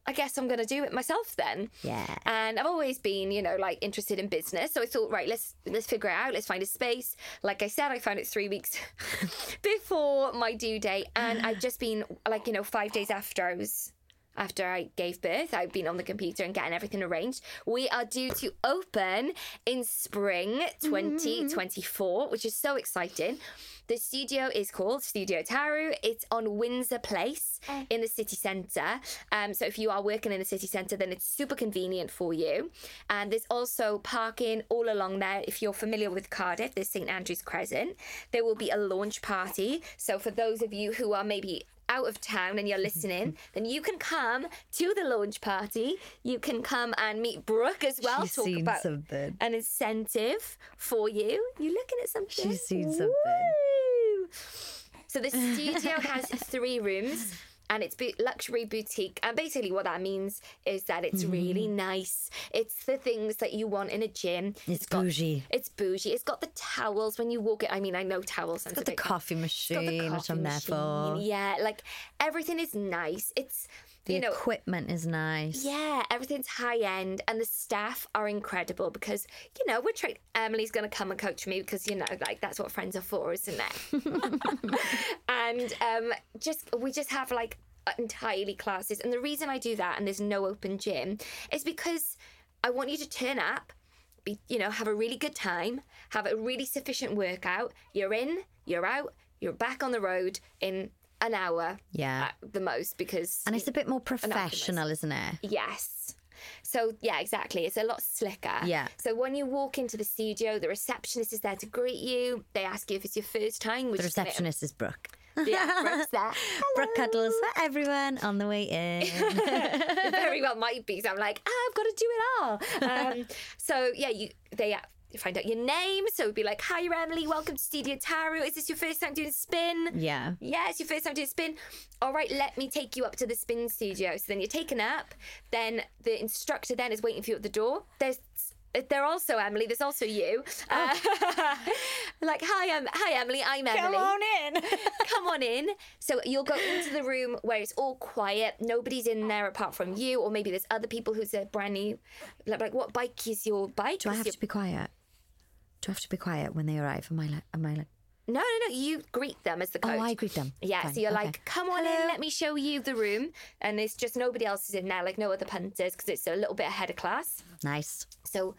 Speaker 1: I guess I'm gonna do it myself then.
Speaker 2: Yeah.
Speaker 1: And I've always been, you know, like interested in business. So I thought, right, let's let's figure it out. Let's find a space. Like I said, I found it three weeks before my due date, and I've just been like, you know, five days after I was. after I gave birth. I've been on the computer and getting everything arranged. We are due to open in spring 2024, which is so exciting. The studio is called Studio Taru. It's on Windsor Place in the city centre. Um, so if you are working in the city centre, then it's super convenient for you. And there's also parking all along there. If you're familiar with Cardiff, there's St Andrew's Crescent. There will be a launch party. So for those of you who are maybe out of town and you're listening, then you can come to the launch party. You can come and meet Brooke as well.
Speaker 2: She's seen something.
Speaker 1: an incentive for you. You looking at something?
Speaker 2: She's seen something.
Speaker 1: Woo! So the studio has three rooms. And it's bu- luxury boutique. And basically, what that means is that it's
Speaker 2: Hmm.
Speaker 1: really nice. It's the things that you want in a gym.
Speaker 2: It's bougie.
Speaker 1: It's bougie. It's got the towels when you walk it. I mean, I know towels. sounds
Speaker 2: Got
Speaker 1: a
Speaker 2: the
Speaker 1: bit
Speaker 2: coffee
Speaker 1: got
Speaker 2: machine,
Speaker 1: the
Speaker 2: which I'm
Speaker 1: coffee
Speaker 2: there for.
Speaker 1: machine. Yeah, like everything is nice. It's
Speaker 2: The
Speaker 1: you know,
Speaker 2: equipment is nice.
Speaker 1: yeah, everything's high end, and the staff are incredible because you know we're trained. Emily's going to come and coach me because you know, like that's what friends are for, isn't it? and um, just we just have like entirely classes, and the reason I do that, and there's no open gym, is because I want you to turn up, be you know, have a really good time, have a really sufficient workout. You're in, you're out, you're back on the road in an hour
Speaker 2: Yeah.
Speaker 1: at the most because
Speaker 2: And
Speaker 1: you-
Speaker 2: it's a bit more professional, isn't it?
Speaker 1: Yes. So yeah, exactly. It's a lot slicker.
Speaker 2: Yeah.
Speaker 1: So when you walk into the studio, the receptionist is there to greet you. They ask you if it's your first time. Which
Speaker 2: The receptionist is Brooke.
Speaker 1: Is yeah, Brooke's there.
Speaker 2: Brooke cuddles for everyone on the way in.
Speaker 1: It very well might be. So I'm like, ah, I've got to do it all. Um, so yeah, you they uh, find out your name. So it'd be like, hi, you're Emily. Welcome to Studio Tarot. Is this your first time doing spin?
Speaker 2: yeah.
Speaker 1: Yeah, it's your first time doing spin. All right, let me take you up to the spin studio. So then you're taken up. Then the instructor then is waiting for you at the door. There's uh, they're also Emily. There's also you.
Speaker 2: Oh.
Speaker 1: Uh, like hi, um, hi Emily. I'm Emily.
Speaker 2: in.
Speaker 1: Come on in. So you'll go into the room where it's all quiet. Nobody's in there apart from you, or maybe there's other people who's a brand new. Like, like, what bike is your bike?
Speaker 2: Do I
Speaker 1: Is
Speaker 2: have
Speaker 1: your-
Speaker 2: to be quiet? Do I have to be quiet when they arrive? Am I like, am I like,
Speaker 1: No, no, no. You greet them as the
Speaker 2: oh,
Speaker 1: coach.
Speaker 2: I greet them.
Speaker 1: Yeah,
Speaker 2: Fine,
Speaker 1: so you're
Speaker 2: okay.
Speaker 1: like, come on in, let me show you the room. And it's just nobody else is in there, like no other punters, because it's a little bit ahead of class.
Speaker 2: nice.
Speaker 1: So,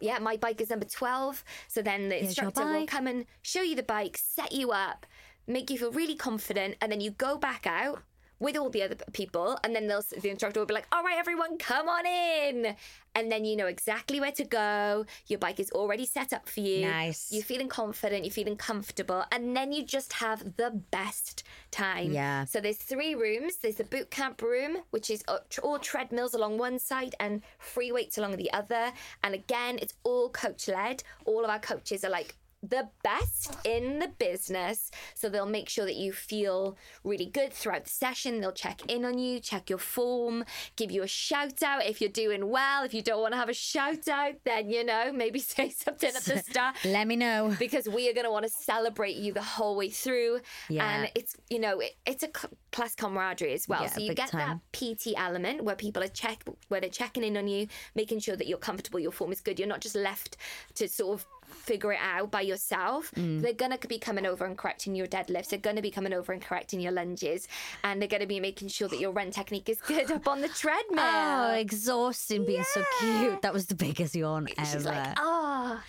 Speaker 1: yeah, my bike is number 12. So then the
Speaker 2: Here's your
Speaker 1: instructor will
Speaker 2: bike.
Speaker 1: come and show you the bike, set you up, make you feel really confident. And then you go back out with all the other people. And then they'll, the instructor will be like, all right, everyone, come on in. And then you know exactly where to go. Your bike is already set up for you.
Speaker 2: Nice.
Speaker 1: You're feeling confident, you're feeling comfortable. And then you just have the best time.
Speaker 2: Yeah.
Speaker 1: So there's three rooms. There's the boot camp room, which is uh, tr- all treadmills along one side and free weights along the other. And again, it's all coach led. All of our coaches are like the best in the business. So they'll make sure that you feel really good throughout the session. They'll check in on you, check your form, give you a shout out if you're doing well. If you don't want to have a shout out, then, you know, maybe say something at the start
Speaker 2: Let me know.
Speaker 1: because we are going to want to celebrate you the whole way through.
Speaker 2: Yeah.
Speaker 1: And it's, you know, it, it's a cl- class camaraderie as well.
Speaker 2: Yeah,
Speaker 1: so you
Speaker 2: big
Speaker 1: get
Speaker 2: time.
Speaker 1: that PT element where people are check, where they're checking in on you, making sure that you're comfortable, your form is good. You're not just left to sort of figure it out by yourself.
Speaker 2: Mm.
Speaker 1: They're going to be coming over and correcting your deadlifts. They're going to be coming over and correcting your lunges. And they're going to be making sure that your run technique is good up on the treadmill.
Speaker 2: Oh, exhausting being so cute. That was the biggest yawn ever.
Speaker 1: She's like, ah.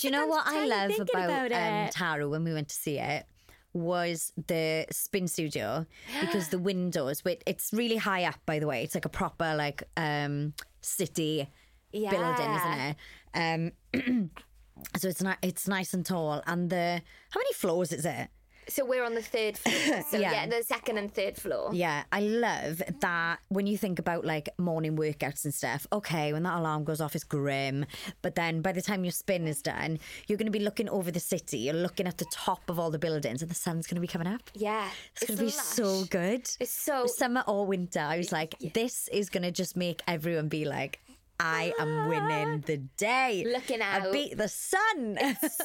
Speaker 2: Do you know what I love about, um,
Speaker 1: it.
Speaker 2: Taro when we went to see it? Was the spin studio because the windows, wait, it's really high up, by the way. It's like a proper, like, um, city building,
Speaker 1: Yeah.
Speaker 2: isn't it? Um, so it's not, it's nice and tall. And the, how many floors is it?
Speaker 1: So we're on the third floor. So
Speaker 2: Yeah.
Speaker 1: yeah, the second and third floor.
Speaker 2: Yeah, I love that when you think about like morning workouts and stuff. Okay, when that alarm goes off, it's grim. But then by the time your spin is done, you're going to be looking over the city. You're looking at the top of all the buildings, and the sun's going to be coming up.
Speaker 1: Yeah.
Speaker 2: It's, going to be so
Speaker 1: lush.
Speaker 2: good.
Speaker 1: It's so
Speaker 2: Summer or winter, I was like, this is going to just make everyone be like, I am winning the day.
Speaker 1: Ah. Looking
Speaker 2: I
Speaker 1: out.
Speaker 2: beat the sun.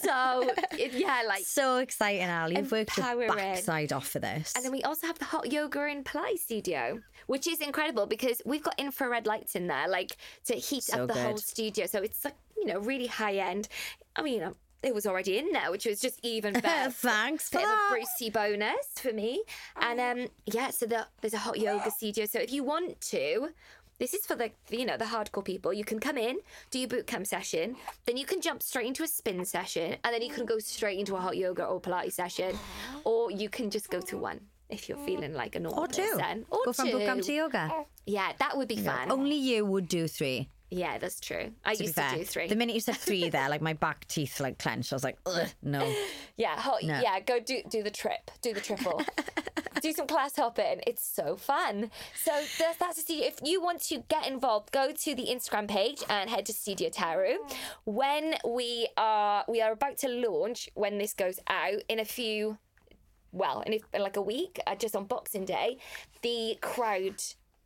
Speaker 1: so it- yeah, like
Speaker 2: so exciting, Ali. You've worked your
Speaker 1: Empowering.
Speaker 2: backside off for this.
Speaker 1: and then we also have the hot yoga and Pilates studio, which is incredible because we've got infrared lights in there, like to heat
Speaker 2: So
Speaker 1: up the whole
Speaker 2: good.
Speaker 1: studio. So it's like, you know, really high end. I mean, I'm it was already in there, which was just even better.
Speaker 2: Thanks for
Speaker 1: Bit of a
Speaker 2: that.
Speaker 1: Brucey bonus for me. And
Speaker 2: Oh.
Speaker 1: um, yeah, so the, there's a hot yoga studio. So if you want to, this is for the you know the hardcore people. You can come in, do your boot camp session, then you can jump straight into a spin session, and then you can go straight into a hot yoga or Pilates session, or you can just go to one if you're feeling like a normal
Speaker 2: Or two.
Speaker 1: person. Or
Speaker 2: Go from boot camp
Speaker 1: two.
Speaker 2: to yoga.
Speaker 1: Yeah, that would be fun.
Speaker 2: Only you would do three.
Speaker 1: Yeah, that's true. I
Speaker 2: To be
Speaker 1: used
Speaker 2: fair,
Speaker 1: to do three.
Speaker 2: the minute you said three, there, like my back teeth like clenched. I was like, Ugh, no.
Speaker 1: Yeah, ho-
Speaker 2: No.
Speaker 1: yeah, go do do the trip, do the triple, do some class hopping. It's so fun. So that's, that's a studio. If you want to get involved, go to the Instagram page and head to Studio Tarot. When we are we are about to launch, when this goes out in a few, well, in, a, in like a week, uh, just on Boxing Day, the crowd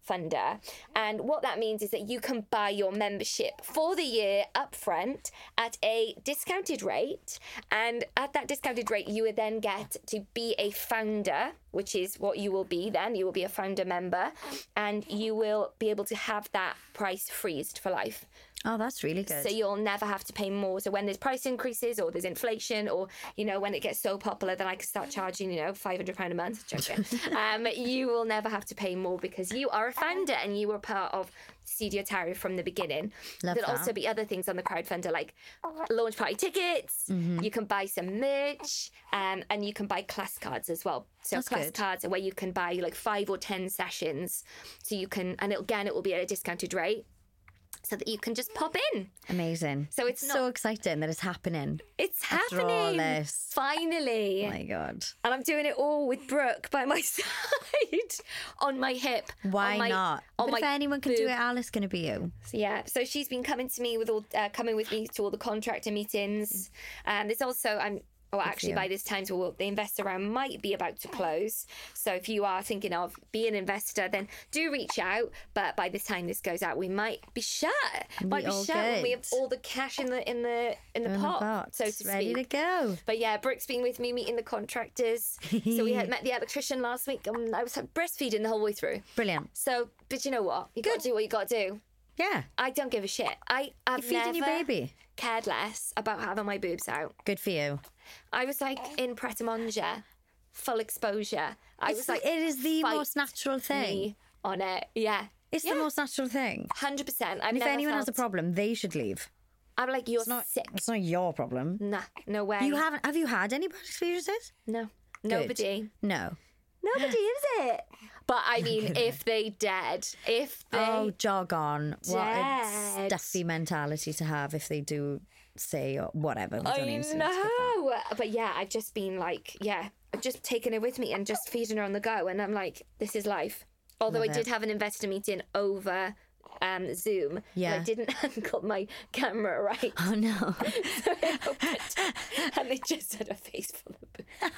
Speaker 1: funder and what that means is that you can buy your membership for the year upfront at a discounted rate and at that discounted rate you would then get to be a founder which is what you will be then you will be a founder member and you will be able to have that price freezed for life
Speaker 2: Oh, that's really good.
Speaker 1: so you'll never have to pay more. So when there's price increases or there's inflation or you know when it gets so popular that I can start charging you know five hundred pound a month, joking, um, you will never have to pay more because you are a founder and you were part of Studio Tarot from the beginning.
Speaker 2: Love
Speaker 1: There'll
Speaker 2: that.
Speaker 1: also be other things on the crowdfunder like launch party tickets.
Speaker 2: Mm-hmm.
Speaker 1: You can buy some merch um, and you can buy class cards as well. So
Speaker 2: That's
Speaker 1: class
Speaker 2: good.
Speaker 1: cards are where you can buy like five or ten sessions, so you can and it, again it will be at a discounted rate. So that you can just pop in.
Speaker 2: Amazing.
Speaker 1: So it's
Speaker 2: so
Speaker 1: not-
Speaker 2: exciting that it's happening.
Speaker 1: It's
Speaker 2: After all
Speaker 1: happening.
Speaker 2: this.
Speaker 1: Finally.
Speaker 2: My God.
Speaker 1: and I'm doing it all with Brooke by my side on my hip. on
Speaker 2: Why
Speaker 1: my-
Speaker 2: not?
Speaker 1: On
Speaker 2: But
Speaker 1: my
Speaker 2: if anyone can do
Speaker 1: boob.
Speaker 2: it, Alice going to be you.
Speaker 1: Yeah, so she's been coming to me with all, uh, coming with me to all the contractor meetings. Um, there's also I'm. Well, actually,
Speaker 2: you.
Speaker 1: by this time, so we'll- the investor round might be about to close. So, if you are thinking of being an investor, then do reach out. But by this time this goes out, we might be shut. Might be
Speaker 2: all
Speaker 1: shut when we have
Speaker 2: good.
Speaker 1: all the cash in the in the in the,
Speaker 2: In the
Speaker 1: pot,
Speaker 2: box,
Speaker 1: so to speak.
Speaker 2: Oh ready to go.
Speaker 1: But yeah, Brooke's been with me meeting the contractors. so we had met the electrician last week, and I was breastfeeding the whole way through.
Speaker 2: Brilliant.
Speaker 1: So, but you know what? You got to do what you got to do.
Speaker 2: Yeah.
Speaker 1: I don't give a shit. I I've
Speaker 2: Feeding your
Speaker 1: never
Speaker 2: baby.
Speaker 1: cared less about having my boobs out.
Speaker 2: Good for you.
Speaker 1: I was like in pret a manger, full exposure. I
Speaker 2: It's
Speaker 1: was
Speaker 2: the-
Speaker 1: like
Speaker 2: it is the
Speaker 1: fight
Speaker 2: most natural thing.
Speaker 1: me on it. Yeah,
Speaker 2: It's the most natural thing.
Speaker 1: hundred percent. I've
Speaker 2: And if
Speaker 1: never
Speaker 2: anyone has a
Speaker 1: felt-
Speaker 2: problem, they should leave.
Speaker 1: I'm like you're
Speaker 2: It's not
Speaker 1: sick.
Speaker 2: It's not your problem.
Speaker 1: Nah, no way.
Speaker 2: You haven't. Have you had any bad experiences?
Speaker 1: no
Speaker 2: Good.
Speaker 1: nobody.
Speaker 2: No.
Speaker 1: Nobody is it. But I mean, if they dead, if they
Speaker 2: oh, jog on. What a
Speaker 1: Dead.
Speaker 2: stuffy mentality to have if they do say or whatever. We don't
Speaker 1: I
Speaker 2: need to skip that.
Speaker 1: know. But yeah, I've just been like, yeah, I've just taken her with me and just feeding her on the go. And I'm like, this is life. Although I
Speaker 2: it.
Speaker 1: did have an investor meeting over um, Zoom. and
Speaker 2: Yeah.
Speaker 1: I didn't angle my camera right.
Speaker 2: Oh no.
Speaker 1: So it opened, and they just had a face full of booze.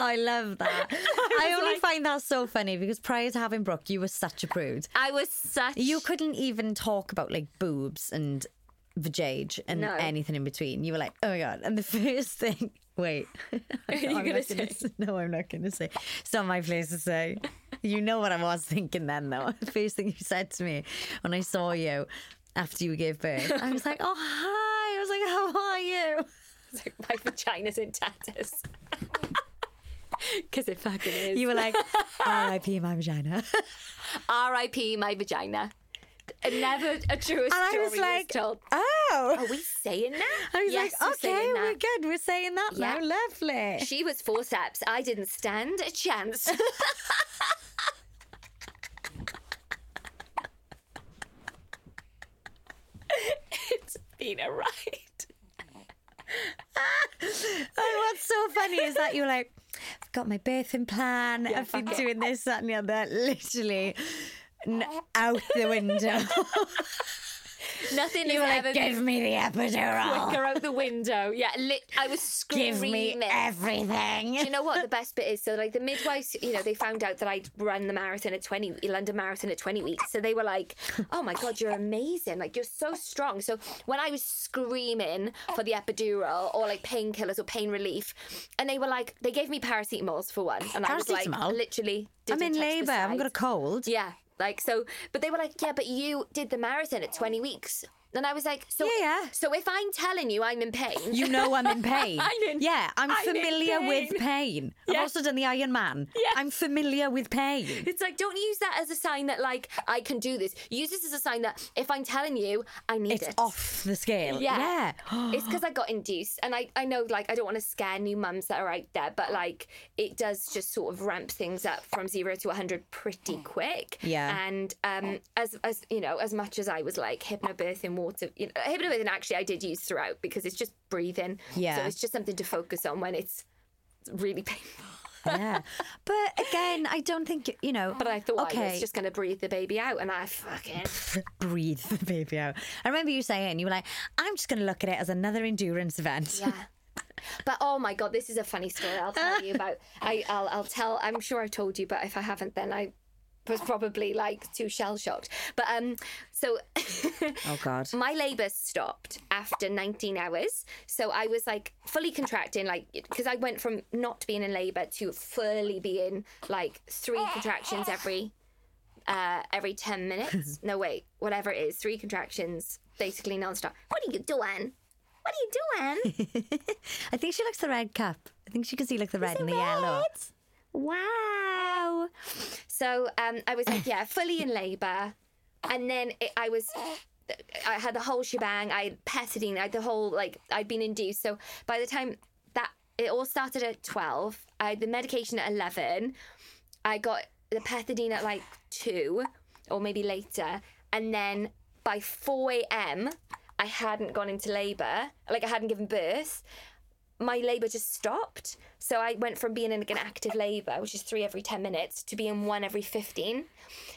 Speaker 2: I love that. I, only find that so funny because prior to having Brooke, you were such a prude.
Speaker 1: I was such.
Speaker 2: You couldn't even talk about like boobs and vajage and
Speaker 1: No.
Speaker 2: anything in between. You were like, oh my god. And the first thing, wait,
Speaker 1: you
Speaker 2: I'm
Speaker 1: gonna
Speaker 2: not gonna say- no, I'm not going to say. It's not my place to say. You know what I was thinking then, though. The first thing you said to me when I saw you after you gave birth, I was like, oh hi. I was like, how are you?
Speaker 1: It's like my vagina's in tatters. Because it fucking is.
Speaker 2: You were like, R.I.P. my vagina.
Speaker 1: R.I.P. my vagina. Never a truer story
Speaker 2: And I was like,
Speaker 1: told.
Speaker 2: oh.
Speaker 1: Are we saying that?
Speaker 2: I was
Speaker 1: Yes, we're
Speaker 2: like, okay,
Speaker 1: saying
Speaker 2: we're
Speaker 1: that.
Speaker 2: good. We're saying that
Speaker 1: Yeah.
Speaker 2: now. Lovely.
Speaker 1: She was forceps. I didn't stand a chance. it's been a ride.
Speaker 2: Oh, what's so funny is that you're like, I've got my birthing plan. I've been
Speaker 1: fuck it.
Speaker 2: doing this, that, and the other. Literally n- out the window.
Speaker 1: Nothing has
Speaker 2: you were
Speaker 1: ever
Speaker 2: like,
Speaker 1: been
Speaker 2: give me the epidural.
Speaker 1: quicker out the window. Yeah, lit- I was screaming.
Speaker 2: Give me
Speaker 1: Do
Speaker 2: everything.
Speaker 1: you know what the best bit is? So like the midwives, you know, they found out that I'd run the marathon at twenty, London marathon at twenty weeks. So they were like, "Oh my god, you're amazing! Like you're so strong." So when I was screaming for the epidural or like painkillers or pain relief, and they were like, they gave me paracetamols for one, and I was like,
Speaker 2: Paracetamol?
Speaker 1: literally,
Speaker 2: I'm
Speaker 1: didn't
Speaker 2: in
Speaker 1: touch the
Speaker 2: labour. I've
Speaker 1: side.
Speaker 2: got a cold.
Speaker 1: Yeah. Like so but they were like, Yeah, but you did the marathon at twenty weeks. And I was like, so,
Speaker 2: Yeah, yeah.
Speaker 1: so if I'm telling you I'm in pain,
Speaker 2: You know I'm in pain.
Speaker 1: I'm in-
Speaker 2: yeah, I'm,
Speaker 1: I'm in
Speaker 2: familiar with
Speaker 1: pain.
Speaker 2: pain. I've
Speaker 1: Yeah.
Speaker 2: also done the Iron Man.
Speaker 1: Yeah.
Speaker 2: I'm familiar with pain.
Speaker 1: It's like, don't use that as a sign that, like, I can do this. Use this as a sign that if I'm telling you, I need
Speaker 2: It's
Speaker 1: it.
Speaker 2: off the scale.
Speaker 1: Yeah.
Speaker 2: Yeah.
Speaker 1: it's because I got induced. And I, I know, like, I don't want to scare new mums that are out there, but, like, it does just sort of ramp things up from zero to 100 pretty quick.
Speaker 2: Mm. Yeah.
Speaker 1: And um, as, as, you know, as much as I was, like, hypnobirthing water, you know, hypnobirthing actually I did use throughout because it's just breathing. So
Speaker 2: Yeah.
Speaker 1: it's just something to focus on when it's really painful.
Speaker 2: yeah. But again, I don't think, you know.
Speaker 1: But I thought I
Speaker 2: okay.
Speaker 1: was just going to breathe the baby out and I fucking.
Speaker 2: breathe the baby out. I remember you saying, you were like, I'm just going to look at it as another endurance event.
Speaker 1: Yeah. But oh my god, this is a funny story. I'll tell you about. I, I'll, I'll tell. I'm sure I've told you, but if I haven't, then I was probably like too shell shocked. But um, so
Speaker 2: Oh, God.
Speaker 1: my labour stopped after 19 hours, so I was like fully contracting, like because I went from not being in labour to fully being like three contractions every uh, every 10 minutes. no, wait, whatever it is, three contractions basically non-stop. What are you doing? What are you doing?
Speaker 2: I think she likes the red cup. I think she can see like the red and the yellow.
Speaker 1: Wow. So um, I was like, yeah, fully in labour, and then it, I was. I had the whole shebang. I had petidine. I had the whole like. I'd been induced. So by the time that it all started at twelve, I had the medication at eleven. I got the pethidine at like two, or maybe later, and then by four a.m. I hadn't gone into labour. Like I hadn't given birth my labour just stopped. So I went from being in like an active labour, which is three every 10 minutes, to being one every 15.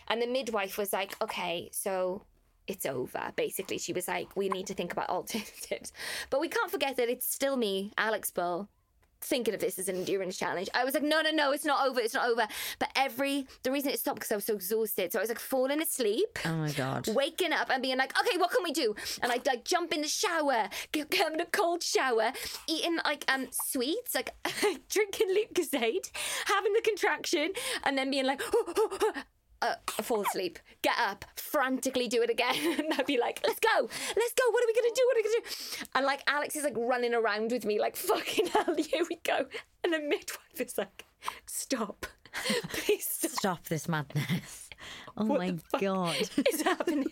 Speaker 1: And the midwife was like, okay, so it's over. Basically, she was like, we need to think about alternatives. But we can't forget that it's still me, Alex Bull, thinking of this as an endurance challenge. I was like, no, no, no, it's not over, it's not over. But every, the reason it stopped because I was so exhausted. So I was like falling asleep
Speaker 2: Oh, my God.
Speaker 1: waking up and being like, okay, what can we do? And I'd like jump in the shower, get, get having a cold shower, eating like um sweets, like drinking Lucasade, having the contraction, and then being like, "Oh, Uh, fall asleep, get up, frantically do it again, and I'd be like, "Let's go, let's go. What are we gonna do? What are we gonna do?" And like Alex is like running around with me, like "Fucking hell, here we go!" And the midwife is like, "Stop, please stop."
Speaker 2: Stop this madness. Oh, my
Speaker 1: the fuck?
Speaker 2: God.
Speaker 1: It's happening.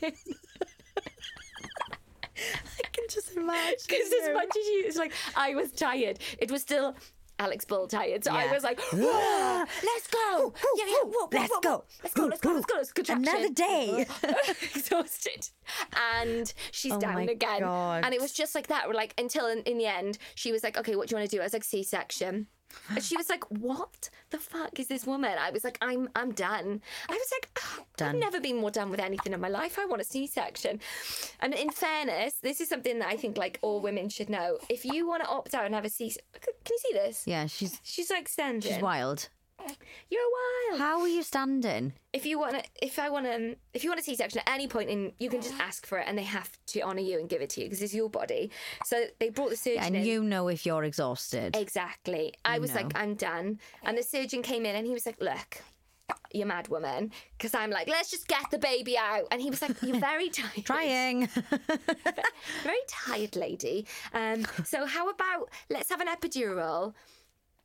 Speaker 2: I can just imagine.
Speaker 1: Because as much as you, it's like I was tired. It was still Alex Bull tired, so I
Speaker 2: Yeah.
Speaker 1: was like, "Whoa, "Let's go, yeah, yeah, whoa, whoa,
Speaker 2: Let's
Speaker 1: whoa,
Speaker 2: go.
Speaker 1: whoa. let's go,
Speaker 2: Go,
Speaker 1: let's go,
Speaker 2: go.
Speaker 1: let's go, let's go."
Speaker 2: Another day.
Speaker 1: exhausted, and she's
Speaker 2: Oh
Speaker 1: down
Speaker 2: my
Speaker 1: again.
Speaker 2: God.
Speaker 1: And it was just like that. We're like until in, in the end, she was like, "Okay, what do you want to do?" I was like, "C-section." And she was like, "What the fuck is this woman?" I was like, "I'm, I'm done." I was like, "Oh, "I've
Speaker 2: Done.
Speaker 1: never been more done with anything in my life. I want a C-section." And in fairness, this is something that I think like all women should know. If you want to opt out and have a C, can you see this?
Speaker 2: Yeah, she's
Speaker 1: She's like standing.
Speaker 2: she's wild.
Speaker 1: You're wild
Speaker 2: How are you standing?
Speaker 1: if you want to, if I want to, if you want a C-section at any point, in you can just ask for it, and they have to honour you and give it to you because it's your body. So they brought the surgeon in.
Speaker 2: And you know if you're exhausted.
Speaker 1: Exactly. I was like, I'm done. And the surgeon came in and he was like, Look, you're mad woman. Because I'm like, Let's just get the baby out. And he was like, You're very tired.
Speaker 2: Trying.
Speaker 1: very tired lady. Um, so how about let's have an epidural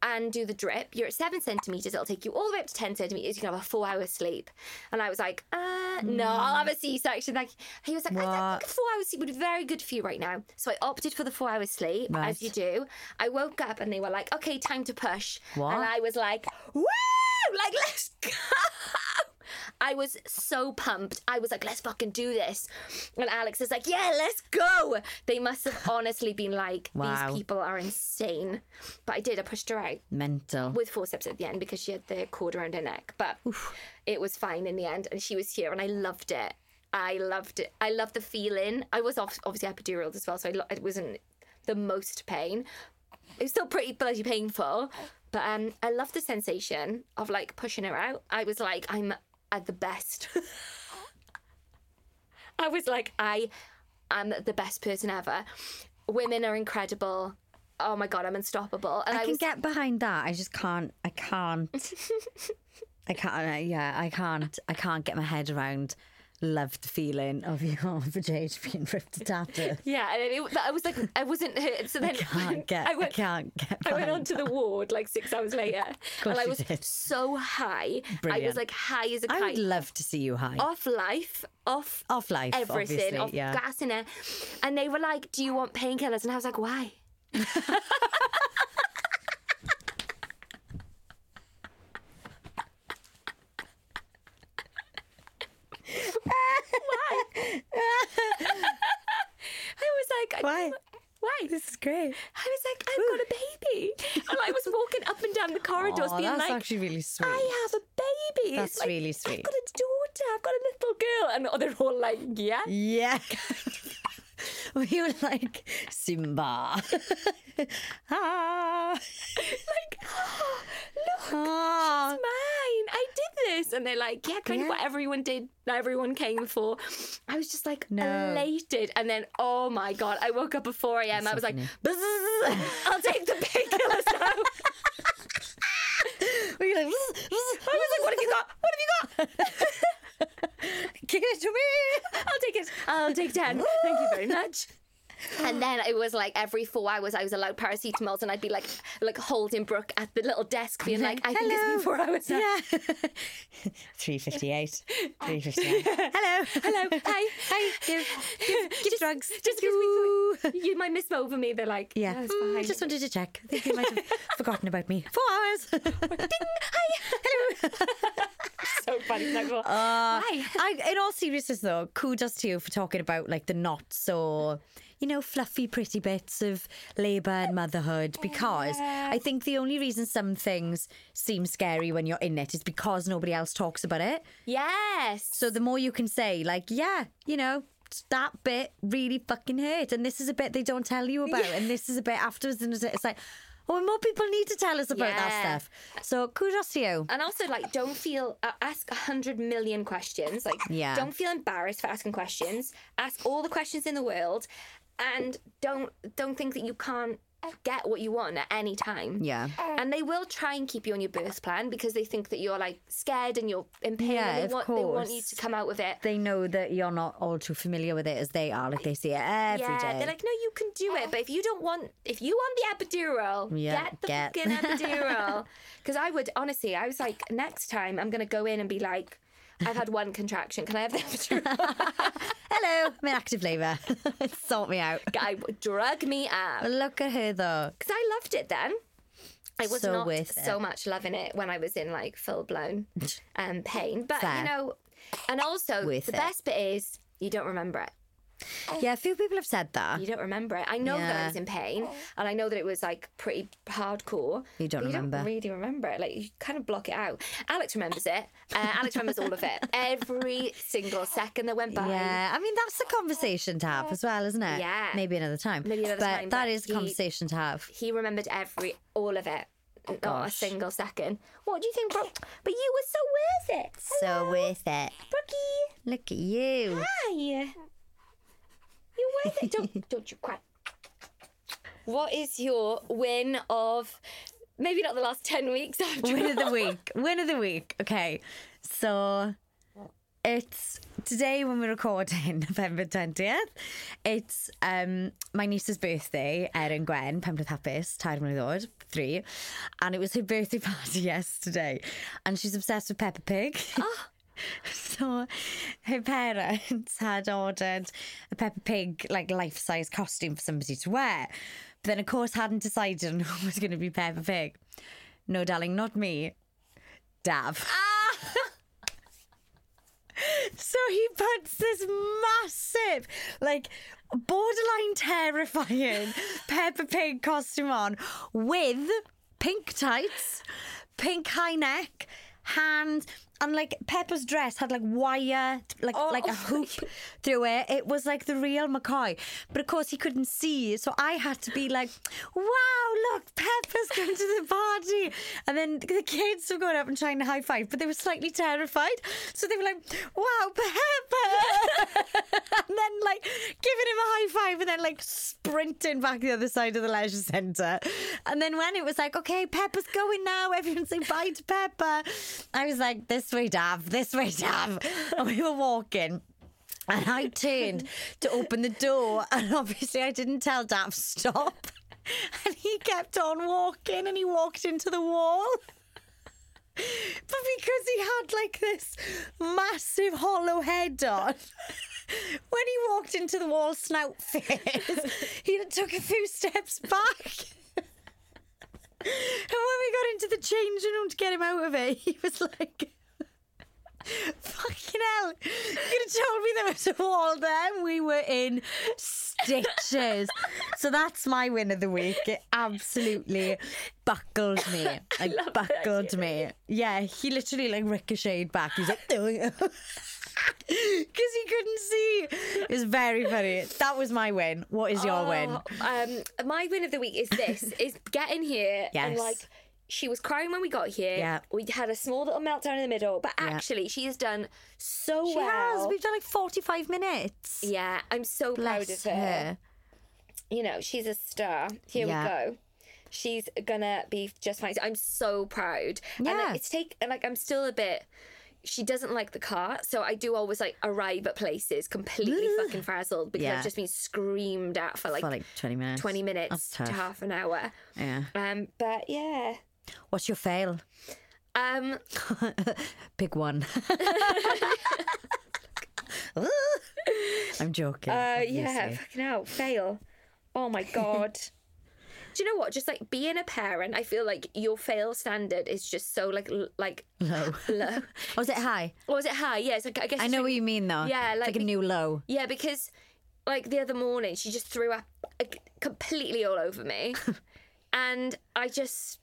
Speaker 1: and do the drip. You're at seven centimeters. It'll take you all the way up to ten centimeters. You can have a four hour sleep. And I was like, uh, no, I'll have a C-section. Like he was like, I
Speaker 2: What?
Speaker 1: think a four hour sleep would be very good for you right now. So I opted for the four hour sleep as
Speaker 2: Right.
Speaker 1: you do. I woke up and they were like, okay, time to push.
Speaker 2: What?
Speaker 1: And I was like, woo! Like let's go. I was so pumped. I was like, let's fucking do this. And Alex is like, yeah, let's go. They must have honestly been like,
Speaker 2: Wow.
Speaker 1: these people are insane. But I did. I pushed her out
Speaker 2: Mental.
Speaker 1: with forceps at the end because she had the cord around her neck. But it was fine in the end. And she was here and I loved it. I loved it. I loved the feeling. I was off, obviously epidural as well. So I lo- it wasn't the most pain. It was still pretty bloody painful. But um, I loved the sensation of like pushing her out. I was like, I'm at the best. I was like, I am the best person ever. Women are incredible. Oh my god, I'm unstoppable. And I,
Speaker 2: I can
Speaker 1: was
Speaker 2: get behind that. I just can't. I can't. I can't. uh, Yeah, I can't. I can't get my head around loved the feeling of your vajayjay being ripped to tatters.
Speaker 1: Yeah, and it, I was like, I wasn't hurt. So then
Speaker 2: I can't get, I,
Speaker 1: went,
Speaker 2: can't get.
Speaker 1: I went
Speaker 2: behind
Speaker 1: onto the ward like six hours later, and I
Speaker 2: you
Speaker 1: was
Speaker 2: did.
Speaker 1: so high. I
Speaker 2: Brilliant.
Speaker 1: was like high as a
Speaker 2: I
Speaker 1: kite,
Speaker 2: would love to see you high.
Speaker 1: off life, off
Speaker 2: off life,
Speaker 1: Oh, everything,
Speaker 2: obviously,
Speaker 1: off
Speaker 2: yeah.
Speaker 1: gas in it. And they were like, "Do you want painkillers?" And I was like, "Why?" I was like,
Speaker 2: Why?
Speaker 1: Why?
Speaker 2: This is great.
Speaker 1: I was like, I've got a baby. And I was walking up and down the corridors
Speaker 2: Oh,
Speaker 1: being
Speaker 2: that's
Speaker 1: like,
Speaker 2: actually really sweet.
Speaker 1: I have a baby.
Speaker 2: That's
Speaker 1: It's like,
Speaker 2: really
Speaker 1: I've
Speaker 2: sweet.
Speaker 1: got a daughter. I've got a little girl. And oh, they're all like, yeah.
Speaker 2: Yeah. we were like Simba. ah.
Speaker 1: Like, oh, look,
Speaker 2: ah.
Speaker 1: it's mine. I did this. And they're like, yeah, kind of
Speaker 2: Yeah.
Speaker 1: what everyone did, everyone came for. I was just like
Speaker 2: No.
Speaker 1: elated. And then, oh my God, I woke up at 4 a.m. I was like, "Bzzz, I'll take the painkillers now.
Speaker 2: We were like,
Speaker 1: I was like, what have you got? What have you got?
Speaker 2: give it to me.
Speaker 1: I'll take it. I'll take 10. Thank you very much. And then it was like every four hours I was allowed paracetamols and I'd be like like holding Brooke at the little desk being like, I think it's been four hours now.
Speaker 2: Yeah. 358. 358. Hello.
Speaker 1: Hello, hi.
Speaker 2: Hey, give, give, give
Speaker 1: Just-
Speaker 2: drugs.
Speaker 1: just 'cause we
Speaker 2: Yoo.
Speaker 1: You might miss over me. They're like,
Speaker 2: Yeah.
Speaker 1: "No, it's
Speaker 2: Mm,
Speaker 1: fine."
Speaker 2: just wanted to check. I think you might have forgotten about me. Four hours.
Speaker 1: so funny. Like, well,
Speaker 2: Uh,
Speaker 1: Why?
Speaker 2: I, in all seriousness, though, kudos to you for talking about like the knots or, you know, fluffy, pretty bits of labour and motherhood because I think the only reason some things seem scary when you're in it is because nobody else talks about it.
Speaker 1: yes.
Speaker 2: So the more you can say, like, yeah, you know, that bit really fucking hurt. And this is a bit they don't tell you about. And this is a bit afterwards. And it's like, oh, and more people need to tell us about that
Speaker 1: Yeah.
Speaker 2: stuff. So kudos to you.
Speaker 1: And also, like, don't feel, uh, ask a hundred million questions. Like,
Speaker 2: Yeah.
Speaker 1: don't feel embarrassed for asking questions. Ask all the questions in the world and don't, don't think that you can't get what you want at any time.
Speaker 2: Yeah.
Speaker 1: And they will try and keep you on your birth plan because they think that you're like scared and you're in pain.
Speaker 2: Yeah,
Speaker 1: and they
Speaker 2: of
Speaker 1: want, They want you
Speaker 2: course.
Speaker 1: to come out with it.
Speaker 2: They know that you're not all too familiar with it as they are. Like they see it every day.
Speaker 1: yeah, they're like, no, you can do it, but if you don't want, if you want the epidural,
Speaker 2: Yeah,
Speaker 1: get the
Speaker 2: get-
Speaker 1: fucking epidural. Because I would honestly, I was like, next time I'm gonna go in and be like, I've had one contraction, can I have the epidural?
Speaker 2: Hello,
Speaker 1: "Oh."
Speaker 2: I'm in active labour. Sort me out.
Speaker 1: Guy would drug me out
Speaker 2: But look at her though.
Speaker 1: because I loved it then. I was
Speaker 2: So
Speaker 1: not
Speaker 2: worth
Speaker 1: so much loving it when I was in like full blown um, pain, but
Speaker 2: Fair.
Speaker 1: you know, and also
Speaker 2: Worth
Speaker 1: the
Speaker 2: it.
Speaker 1: best bit is you don't remember it.
Speaker 2: Yeah, a few people have said that.
Speaker 1: Oh. You don't remember it. I know that I
Speaker 2: Yeah.
Speaker 1: was in pain, and I know that it was like pretty hardcore.
Speaker 2: You don't
Speaker 1: but
Speaker 2: remember.
Speaker 1: You don't really remember it. Like you kind of block it out. Alex remembers it. Uh, Alex remembers all of it. Every single second that went by.
Speaker 2: Yeah, I mean that's a conversation to have as well, isn't it?
Speaker 1: Yeah.
Speaker 2: maybe another time.
Speaker 1: Maybe another
Speaker 2: but
Speaker 1: time,
Speaker 2: that
Speaker 1: but
Speaker 2: is a
Speaker 1: he-
Speaker 2: conversation to have.
Speaker 1: He remembered every all of it. Not a
Speaker 2: gosh.
Speaker 1: single second. What do you think, Brooke? But you were so worth it.
Speaker 2: So worth it.
Speaker 1: Brookie,
Speaker 2: Look at you.
Speaker 1: hi. You're worth it. Don't don't you cry. What is your win of? Maybe not the last ten weeks. After
Speaker 2: Win of the week. Win of the week. Okay. So it's today when we're recording, November 20th. It's um my niece's birthday, Erin Gwen, Penblwydd Hapus, tair mlynedd oed, three. And it was her birthday party yesterday. And she's obsessed with Peppa Pig. So her parents had ordered a Peppa Pig like life size costume for somebody to wear, but then of course hadn't decided on who was going to be Peppa Pig. No, darling, not me. Dav. so he puts this massive, like borderline terrifying Peppa Pig costume on with pink tights, pink high neck, hand, and like Peppa's dress had like wire, like like a hoop through it. It was like the real McCoy. But of course he couldn't see, so I had to be like, wow, look, Peppa's come to the party. And then the kids were going up and trying to high five, but they were slightly terrified. So they were like, wow, Peppa. and then like giving him a high five and then like sprinting back the other side of the leisure centre. And then when it was like, okay, Peppa's going now, everyone say bye to Peppa. I was like, this way, Dav, this way, Dav. And we were walking. And I turned to open the door, and obviously I didn't tell Daph stop. And he kept on walking, and he walked into the wall. But because he had like this massive hollow head on, when he walked into the wall, snout face, he took a few steps back. And when we got into the changing room to get him out of it, he was like, Fucking hell. You could have told me there was a wall there. and We were in stitches. so that's my win of the week. It absolutely buckled me. It buckled me. Yeah, he literally like ricocheted back. He's like, because he couldn't see. It was very funny. That was my win. What is your win?
Speaker 1: Um, my win of the week is this: is getting here and
Speaker 2: Yes.
Speaker 1: like she was crying when we got here.
Speaker 2: Yeah.
Speaker 1: we had a small little meltdown in the middle, but
Speaker 2: Yeah.
Speaker 1: actually she has done so
Speaker 2: She
Speaker 1: well.
Speaker 2: has. We've done like 45 minutes.
Speaker 1: yeah, I'm so proud of
Speaker 2: Bless
Speaker 1: her.
Speaker 2: her.
Speaker 1: You know, she's a star. Here
Speaker 2: Yeah.
Speaker 1: we go. She's gonna be just fine. I'm so proud. And
Speaker 2: Yeah.
Speaker 1: like, it's take and like I'm still a bit. She doesn't like the car, so I do always like arrive at places completely fucking frazzled because
Speaker 2: Yeah.
Speaker 1: I've just been screamed at for like,
Speaker 2: For like 20 minutes.
Speaker 1: 20
Speaker 2: That's
Speaker 1: minutes to
Speaker 2: tough.
Speaker 1: half an hour.
Speaker 2: Yeah.
Speaker 1: Um, but yeah.
Speaker 2: What's your fail?
Speaker 1: Um,
Speaker 2: Pick one. I'm joking.
Speaker 1: uh,
Speaker 2: obviously.
Speaker 1: yeah, fucking hell, fail. Oh my god. Do you know what? Just like being a parent, I feel like your fail standard is just so like l- like
Speaker 2: Low.
Speaker 1: low.
Speaker 2: Oh, is it high?
Speaker 1: Or is it high? Yeah, it's like I guess.
Speaker 2: I
Speaker 1: it's
Speaker 2: know
Speaker 1: really-
Speaker 2: what you mean though.
Speaker 1: Yeah,
Speaker 2: It's like,
Speaker 1: like
Speaker 2: a
Speaker 1: we-
Speaker 2: new low.
Speaker 1: Yeah, because like the other morning, she just threw up like, completely all over me, and I just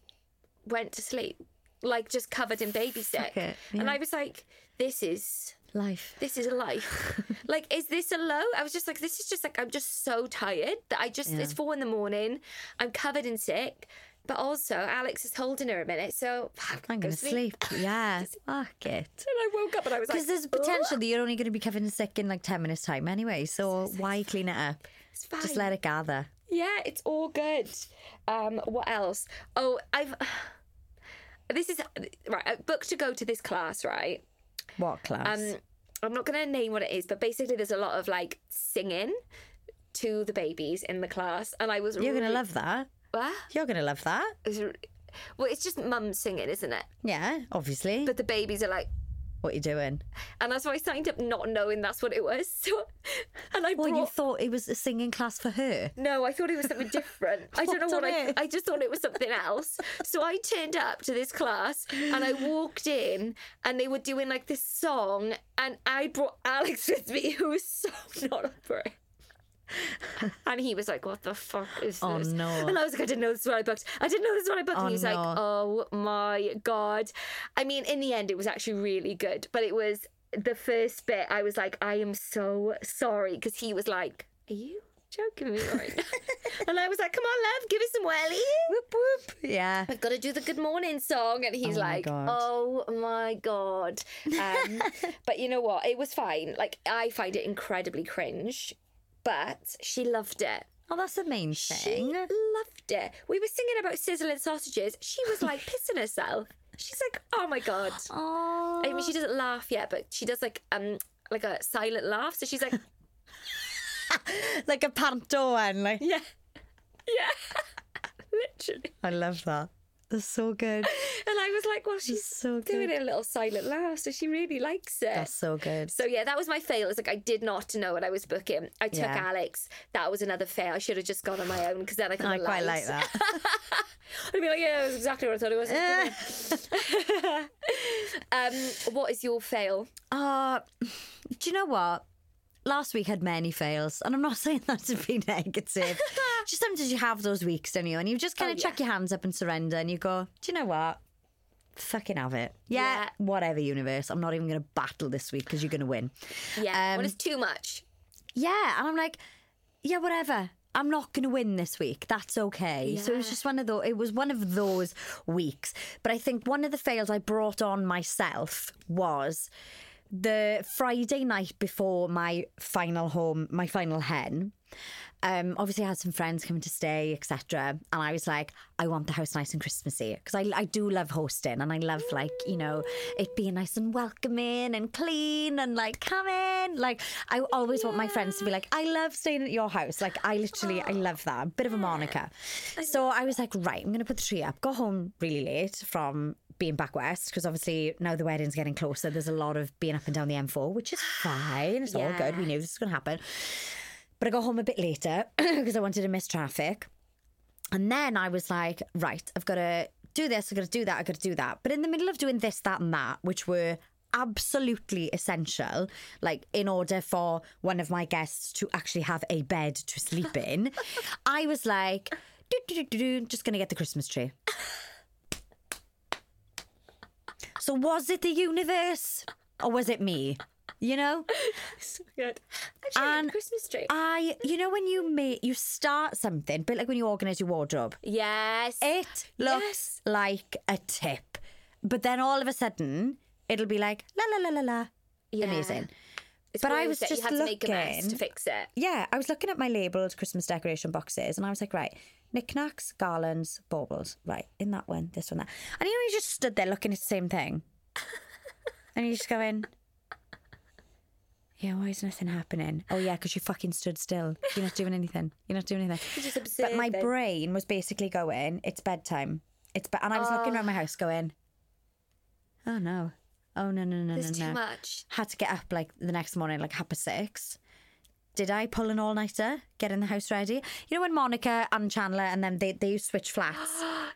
Speaker 1: went to sleep, like just covered in baby sick,
Speaker 2: it,
Speaker 1: and
Speaker 2: yeah.
Speaker 1: I was like, "This is
Speaker 2: Life.
Speaker 1: this is a life. like, is this a low? I was just like, this is just like, I'm just so tired that I just, it's four in the morning. I'm covered and sick. But also, Alex is holding her a minute. So fuck,
Speaker 2: I'm
Speaker 1: go
Speaker 2: gonna sleep. oh. Yeah. Fuck it.
Speaker 1: And I woke up and I was like, "Oh,
Speaker 2: Because there's potential that you're only going to be covered sick in like 10 minutes time anyway. So why clean it up?
Speaker 1: it's fine.
Speaker 2: Just let it gather.
Speaker 1: Yeah, it's all good. Um, what else? Oh, I've. This is right. I booked to go to this class, right?
Speaker 2: What class?
Speaker 1: Um, I'm not going to name what it is, but basically, there's a lot of like singing to the babies in the class, and I was
Speaker 2: you're going to
Speaker 1: really-
Speaker 2: love that.
Speaker 1: What?
Speaker 2: You're going to love that.
Speaker 1: It's r- well, it's just mum singing, isn't it?
Speaker 2: Yeah, obviously.
Speaker 1: But the babies are like,
Speaker 2: what are you doing?
Speaker 1: and that's why I signed up not knowing that's what it was. So, and I
Speaker 2: Well,
Speaker 1: brought.
Speaker 2: you thought it was a singing class for her.
Speaker 1: no, I thought it was something different. I don't know what
Speaker 2: What on
Speaker 1: I.
Speaker 2: earth?
Speaker 1: I just thought it was something else. So I turned up to this class and I walked in and they were doing like this song and I brought Alex with me who was so not up for it. And he was like, "What the fuck is
Speaker 2: Oh,
Speaker 1: this?"
Speaker 2: no.
Speaker 1: And I was like, "I didn't know this is what I booked. I didn't know this is what I booked."
Speaker 2: Oh,
Speaker 1: and he was
Speaker 2: no.
Speaker 1: like, "Oh my god!" I mean, in the end, it was actually really good, but it was the first bit. I was like, "I am so sorry," because he was like, "Are you joking me right now?" and I was like, "Come on, love, give it some welly."
Speaker 2: Whoop whoop. Yeah.
Speaker 1: I've got to do the good morning song. And he's
Speaker 2: Oh my
Speaker 1: like,
Speaker 2: God.
Speaker 1: oh my God. Um, but you know what? It was fine. Like, I find it incredibly cringe, but she loved it.
Speaker 2: Oh, that's the main
Speaker 1: She
Speaker 2: thing.
Speaker 1: loved it. We were singing about sizzling sausages. She was like pissing herself. She's like, oh my God.
Speaker 2: Oh.
Speaker 1: I mean, she doesn't laugh yet, but she does like, um, like a silent laugh. So she's like,
Speaker 2: like a panto one. Like
Speaker 1: yeah, yeah, literally.
Speaker 2: I love that. That's so good.
Speaker 1: And I was like, well, she's
Speaker 2: so
Speaker 1: doing
Speaker 2: good.
Speaker 1: a little silent laugh. So she really likes it.
Speaker 2: That's so good.
Speaker 1: So yeah, that was my fail. It's like I did not know what I was booking. I took
Speaker 2: Yeah.
Speaker 1: Alex. That was another fail. I should have just gone on my own because then I could
Speaker 2: I
Speaker 1: have lied.
Speaker 2: quite like that.
Speaker 1: I'd be like, yeah, that was exactly what I thought it was. um, what is your fail?
Speaker 2: Uh, do you know what? Last week had many fails, and I'm not saying that to be negative. just sometimes you have those weeks, don't you? And you just kind
Speaker 1: Oh,
Speaker 2: of
Speaker 1: yeah.
Speaker 2: chuck your hands up and surrender, and you go, "Do you know what? Fucking have it. Yeah,
Speaker 1: Yeah.
Speaker 2: whatever, universe. I'm not even going to battle this week because you're going to win."
Speaker 1: Yeah,
Speaker 2: Um,
Speaker 1: when it's too much.
Speaker 2: Yeah. And I'm like, yeah, whatever. I'm not going to win this week. That's okay. So it was
Speaker 1: Yeah.
Speaker 2: just one of those. It was one of those weeks. But I think one of the fails I brought on myself was the Friday night before my final home, my final hen. um, obviously I had some friends coming to stay, etc. And I was like, I want the house nice and Christmassy because I, I do love hosting and I love like you know it being nice and welcoming and clean and like come in. Like I always want my friends to be like, I love staying at your house. Like I literally I love that. A bit of a Monica. So I was like, right, I'm gonna put the tree up. Got home really late from being back west because obviously now the wedding's getting closer. There's a lot of being up and down the M4, which is fine. It's all good. We knew this was going to happen. But I got home a bit later because I wanted to miss traffic. And then I was like, right, I've got to do this, I've got to do that, I've got to do that. But in the middle of doing this, that, and that, which were absolutely essential, like in order for one of my guests to actually have a bed to sleep in, I was like, do, do, do, do, do, just going to get the Christmas tree. So was it the universe or was it me? You know?
Speaker 1: so good. Actually,
Speaker 2: And-
Speaker 1: Christmas tree.
Speaker 2: I, you know, when you make, you start something, but like when you organise your wardrobe,
Speaker 1: yes.
Speaker 2: it looks like a tip. But then all of a sudden, it'll be like, la la la la la.
Speaker 1: Yeah.
Speaker 2: Amazing.
Speaker 1: It's
Speaker 2: but
Speaker 1: one of
Speaker 2: I
Speaker 1: those
Speaker 2: was
Speaker 1: that
Speaker 2: just
Speaker 1: you had to make a mess to
Speaker 2: looking.
Speaker 1: fix it.
Speaker 2: Yeah, I was looking at my labelled Christmas decoration boxes and I was like, right, knickknacks, garlands, baubles. Right, in that one, this one, that. And you know, you just stood there looking at the same thing. and you're just going, yeah, why is nothing happening? Oh, yeah, because you fucking stood still. You're not doing anything. You're not doing anything.
Speaker 1: It's just absurd.
Speaker 2: But my
Speaker 1: though.
Speaker 2: brain was basically going, it's bedtime. It's be-. And I was looking around my house
Speaker 1: Ah.
Speaker 2: going, oh, no. Oh, no, no, no,
Speaker 1: There's
Speaker 2: no, no
Speaker 1: too much.
Speaker 2: had to get up like the next morning, like half past six. Did I pull an all nighter, get in the house ready? You know when Monica and Chandler and then they, they switch flats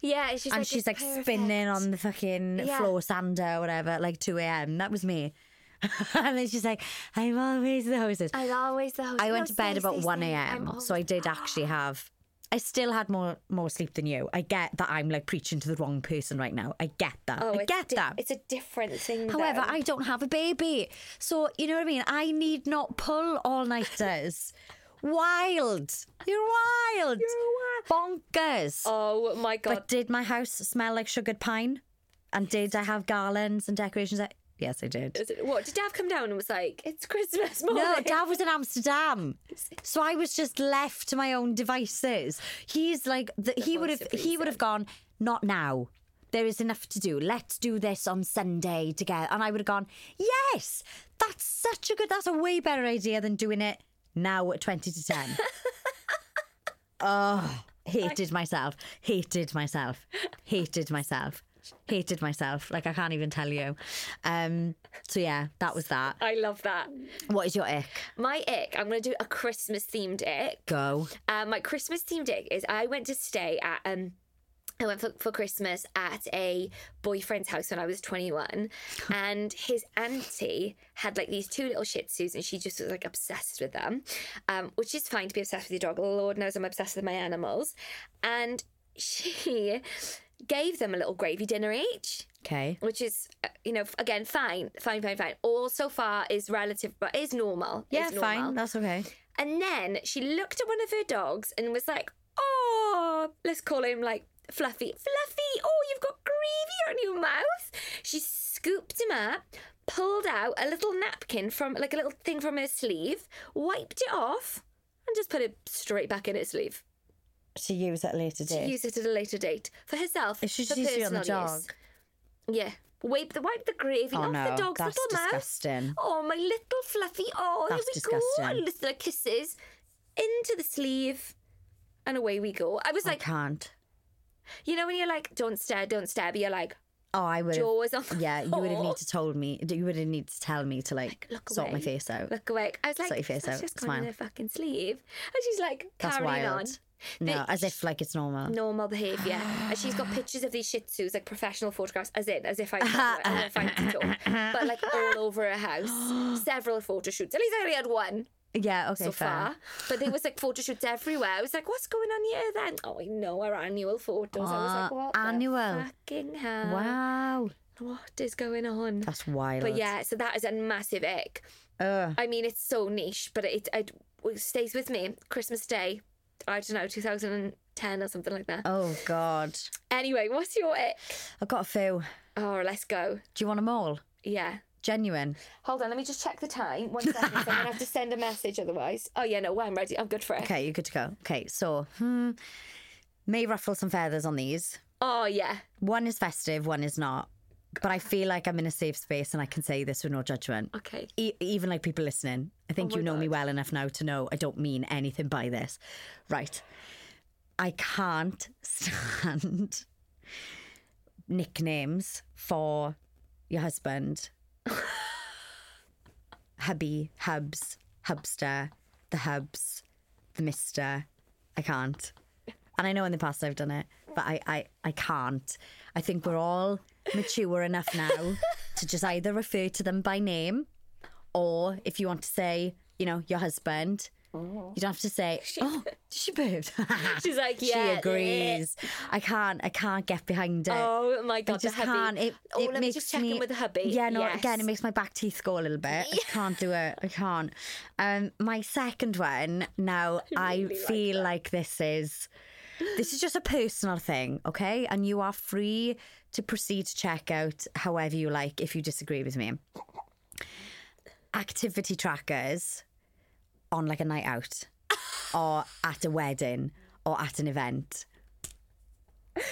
Speaker 1: Yeah, and she's
Speaker 2: and
Speaker 1: like, "It's
Speaker 2: she's like spinning
Speaker 1: perfect."
Speaker 2: on the fucking
Speaker 1: Yeah.
Speaker 2: floor sander or whatever, like 2 a.m. That was me. and then she's like, I'm always the hostess.
Speaker 1: I always the host.
Speaker 2: I
Speaker 1: No,
Speaker 2: went to bed
Speaker 1: stay,
Speaker 2: about
Speaker 1: stay,
Speaker 2: 1
Speaker 1: stay. I'm
Speaker 2: a.m.
Speaker 1: always- "Ah."
Speaker 2: So I did actually have. I still had more more sleep than you. I get that I'm like preaching to the wrong person right now. I get that.
Speaker 1: Oh,
Speaker 2: I
Speaker 1: it's
Speaker 2: get
Speaker 1: di-
Speaker 2: that.
Speaker 1: It's a different thing.
Speaker 2: However,
Speaker 1: though.
Speaker 2: I don't have a baby. So, you know what I mean? I need not pull all nighters. wild. You're wild. You're wild. Bonkers.
Speaker 1: Oh my god.
Speaker 2: but did my house smell like sugared pine? And did I have garlands and decorations? I- Yes, I did.
Speaker 1: Is it- what did Dav come down and was like, "It's Christmas morning"?
Speaker 2: No, Dad was in Amsterdam, so I was just left to my own devices. He's like, the, he would
Speaker 1: voice
Speaker 2: have,
Speaker 1: of
Speaker 2: he would have gone, not now. There is enough to do. Let's do this on Sunday together. And I would have gone, yes, that's such a good, that's a way better idea than doing it now at twenty to ten. oh, hated myself, hated myself, hated myself. Hated myself, like I can't even tell you. Um, so yeah, that was that.
Speaker 1: I love that.
Speaker 2: What is your ick?
Speaker 1: My ick. I'm gonna do a Christmas themed ick.
Speaker 2: Go.
Speaker 1: Um, my Christmas themed ick is I went to stay at um. I went for, for Christmas at a boyfriend's house when I was 21, and his auntie had like these two little Shih Tzus, and she just was like obsessed with them, um, which is fine to be obsessed with your dog. Lord knows I'm obsessed with my animals, and she gave them a little gravy dinner each.
Speaker 2: Okay.
Speaker 1: which is uh, you know f- again fine fine fine fine all so far is relative but is normal
Speaker 2: Yeah,
Speaker 1: is normal.
Speaker 2: fine. That's okay.
Speaker 1: and then she looked at one of her dogs and was like oh let's call him like fluffy fluffy oh you've got gravy on your mouth she scooped him up pulled out a little napkin from like a little thing from her sleeve wiped it off and just put it straight back in her sleeve
Speaker 2: To use at a later
Speaker 1: to use it at a later date for herself
Speaker 2: It should
Speaker 1: for
Speaker 2: just use it on the
Speaker 1: personal
Speaker 2: dog.
Speaker 1: use. yeah wipe the wipe the gravy off the dog's
Speaker 2: Oh, that's
Speaker 1: little mouth
Speaker 2: disgusting.
Speaker 1: Oh, my little fluffy. Oh,
Speaker 2: That's
Speaker 1: here we
Speaker 2: disgusting.
Speaker 1: go. Little kisses into the sleeve. And away we go. I was
Speaker 2: I
Speaker 1: like,
Speaker 2: can't.
Speaker 1: you know, when you're like, don't stare, don't stare, but you're like,
Speaker 2: Oh, I would. have
Speaker 1: jaws on the
Speaker 2: Yeah, you would have
Speaker 1: floor.
Speaker 2: need to told me. You would have need to tell me to like,
Speaker 1: look
Speaker 2: sort my
Speaker 1: away.
Speaker 2: face out.
Speaker 1: Look away. I was like,
Speaker 2: Sort your face
Speaker 1: that's
Speaker 2: out,
Speaker 1: just gone in
Speaker 2: smile.
Speaker 1: her fucking sleeve. And she's like,
Speaker 2: That's
Speaker 1: carrying
Speaker 2: wild.
Speaker 1: on.
Speaker 2: No,
Speaker 1: They-
Speaker 2: as if like it's normal.
Speaker 1: normal behaviour. and she's got pictures of these Shih Tzus, like professional photographs, as in, as if I, I don't know if I can talk, but like all over her house. Several photo shoots. At least I only had one.
Speaker 2: Yeah. Okay.
Speaker 1: so
Speaker 2: fair.
Speaker 1: far. But there was like photo shoots everywhere. I was like, what's going on here then? Oh, I know our annual photos. I was like,
Speaker 2: Aw,
Speaker 1: what the
Speaker 2: annual.
Speaker 1: fucking hell?
Speaker 2: Wow.
Speaker 1: What is going on?
Speaker 2: That's wild.
Speaker 1: But yeah, so that is a massive ick.
Speaker 2: Ugh.
Speaker 1: I mean, it's so niche, but it, it, it stays with me. Christmas Day, I don't know, 2010 or something like that.
Speaker 2: Oh God.
Speaker 1: Anyway, what's your ick?
Speaker 2: I've got a few.
Speaker 1: Oh, let's go.
Speaker 2: Do you want them all?
Speaker 1: Yeah.
Speaker 2: Genuine.
Speaker 1: Hold on, let me just check the time. One second, 'cause I'm going to have to send a message otherwise. Oh, yeah, no, well, I'm ready. I'm good for it.
Speaker 2: Okay, you're good to go. Okay, so hmm, may ruffle some feathers on these.
Speaker 1: Oh, yeah.
Speaker 2: One is festive, one is not. But I feel like I'm in a safe space and I can say this with no judgment.
Speaker 1: Okay.
Speaker 2: E- even like people listening, I think
Speaker 1: Oh my
Speaker 2: you know me
Speaker 1: God.
Speaker 2: well enough now to know I don't mean anything by this. Right. I can't stand nicknames for your husband. Hubby, hubs, hubster, the hubs, the mister. I can't. And I know in the past I've done it, but I, I, I can't. I think we're all mature enough now to just either refer to them by name or if you want to say, you know, your husband, you don't have to say, oh, she burped.
Speaker 1: She's like, yeah.
Speaker 2: she agrees. I can't, I can't get behind it.
Speaker 1: Oh, my God.
Speaker 2: I just
Speaker 1: the hubby.
Speaker 2: can't. It,
Speaker 1: oh,
Speaker 2: it
Speaker 1: let me
Speaker 2: makes
Speaker 1: just check in with the hubby.
Speaker 2: Yeah, no,
Speaker 1: Yes.
Speaker 2: again, it makes my back teeth go a little bit. I can't do it. I can't. Um, my second one. Now I,
Speaker 1: really like
Speaker 2: feel like this is this is just a personal thing, okay? And you are free to proceed to check out however you like if you disagree with me. Activity trackers on like a night out, or at a wedding, or at an event.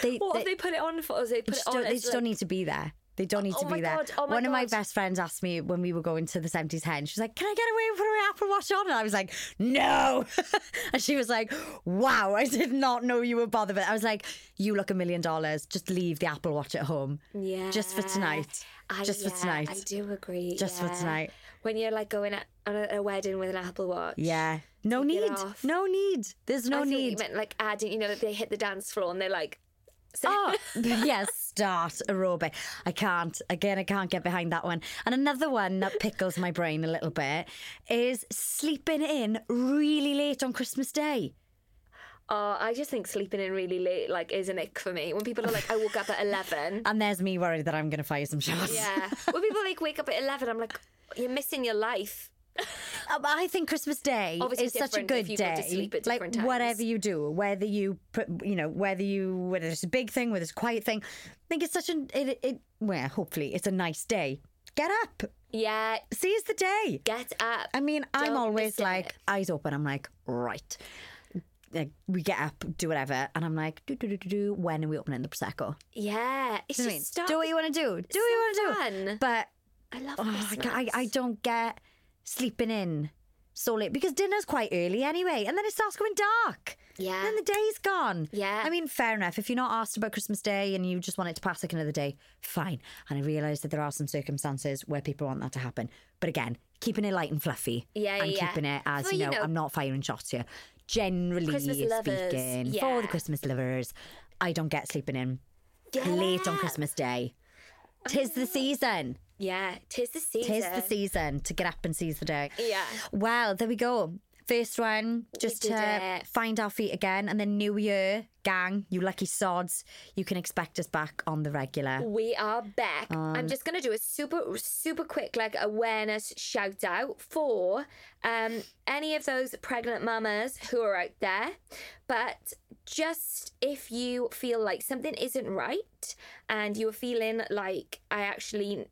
Speaker 2: They,
Speaker 1: What have they put it on for? Or they put it
Speaker 2: just
Speaker 1: on
Speaker 2: don't, they
Speaker 1: as,
Speaker 2: just don't
Speaker 1: oh, like-
Speaker 2: need to be there. They don't need
Speaker 1: Oh
Speaker 2: to be
Speaker 1: my
Speaker 2: there.
Speaker 1: God, oh my
Speaker 2: One of my
Speaker 1: God.
Speaker 2: best friends asked me when we were going to the 70s hen, she was like, Can I get away with putting my Apple Watch on? And I was like, No. and she was like, Wow, I did not know you were bothered. But I was like, You look a million dollars. Just leave the Apple Watch at home.
Speaker 1: Yeah.
Speaker 2: e, Just for tonight.
Speaker 1: I-
Speaker 2: Just for
Speaker 1: yeah,
Speaker 2: tonight.
Speaker 1: I do agree.
Speaker 2: Just for
Speaker 1: yeah.
Speaker 2: tonight.
Speaker 1: When you're like going at, on a, a wedding with an Apple Watch.
Speaker 2: Yeah. No
Speaker 1: Take it
Speaker 2: need.
Speaker 1: off.
Speaker 2: No need. There's
Speaker 1: I
Speaker 2: no
Speaker 1: thought you
Speaker 2: need.
Speaker 1: meant like adding, you know, that they hit the dance floor and they're like, so-
Speaker 2: Oh, yes, start aerobic. I can't. Again, I can't get behind that one. And another one that pickles my brain a little bit is sleeping in really late on Christmas Day.
Speaker 1: Oh, I just think sleeping in really late like is an ick for me. When people are like, I woke up at eleven.
Speaker 2: And there's me worried that I'm going to fire some shots.
Speaker 1: yeah. When people like wake up at eleven, I'm like, you're missing your life.
Speaker 2: Uh, but I think Christmas Day
Speaker 1: Obviously
Speaker 2: is such a
Speaker 1: different
Speaker 2: good
Speaker 1: if you
Speaker 2: day.
Speaker 1: go to sleep at
Speaker 2: like
Speaker 1: different times.
Speaker 2: whatever you do, whether you put, you know, whether you whether it's a big thing, whether it's a quiet thing, I think it's such an it, it well, hopefully it's a nice day. Get up,
Speaker 1: Yeah.
Speaker 2: seize the day.
Speaker 1: Get up.
Speaker 2: I mean, I'm
Speaker 1: Don't
Speaker 2: always
Speaker 1: miss it.
Speaker 2: like eyes open. I'm like, right. Like we get up, do whatever, and I'm like, do do do do do. When are we opening the prosecco?
Speaker 1: Yeah. It's
Speaker 2: Do you know
Speaker 1: just
Speaker 2: what I mean?
Speaker 1: stop.
Speaker 2: Do what you want to do. Do what you
Speaker 1: so
Speaker 2: want to do.
Speaker 1: fun.
Speaker 2: But
Speaker 1: I love
Speaker 2: oh, I,
Speaker 1: Christmas.
Speaker 2: ca- I I don't get sleeping in so late because dinner's quite early anyway, and then it starts going dark.
Speaker 1: Yeah.
Speaker 2: Then the day's gone.
Speaker 1: Yeah.
Speaker 2: I mean, fair enough. If you're not asked about Christmas Day and you just want it to pass like another day, fine. And I realise that there are some circumstances where people want that to happen. But again, keeping it light and fluffy.
Speaker 1: Yeah,
Speaker 2: And
Speaker 1: yeah,
Speaker 2: keeping it as,
Speaker 1: Well,
Speaker 2: you,
Speaker 1: you
Speaker 2: know,
Speaker 1: know-
Speaker 2: I'm not firing shots here. Generally
Speaker 1: Christmas
Speaker 2: speaking,
Speaker 1: lovers,
Speaker 2: for
Speaker 1: yeah.
Speaker 2: the Christmas lovers, I don't get sleeping in
Speaker 1: Get
Speaker 2: late on
Speaker 1: up.
Speaker 2: Christmas Day. Tis the season.
Speaker 1: Yeah. Tis the season.
Speaker 2: Tis the season to get up and seize the day.
Speaker 1: Yeah.
Speaker 2: Well, there we go. First one, just
Speaker 1: did
Speaker 2: to
Speaker 1: it.
Speaker 2: find our feet again. And then New Year, gang, you lucky sods, you can expect us back on the regular.
Speaker 1: We are back.
Speaker 2: Uh,
Speaker 1: I'm just going to do a super, super quick like awareness shout out for um, any of those pregnant mamas who are out there. But just if you feel like something isn't right and you're feeling like I actually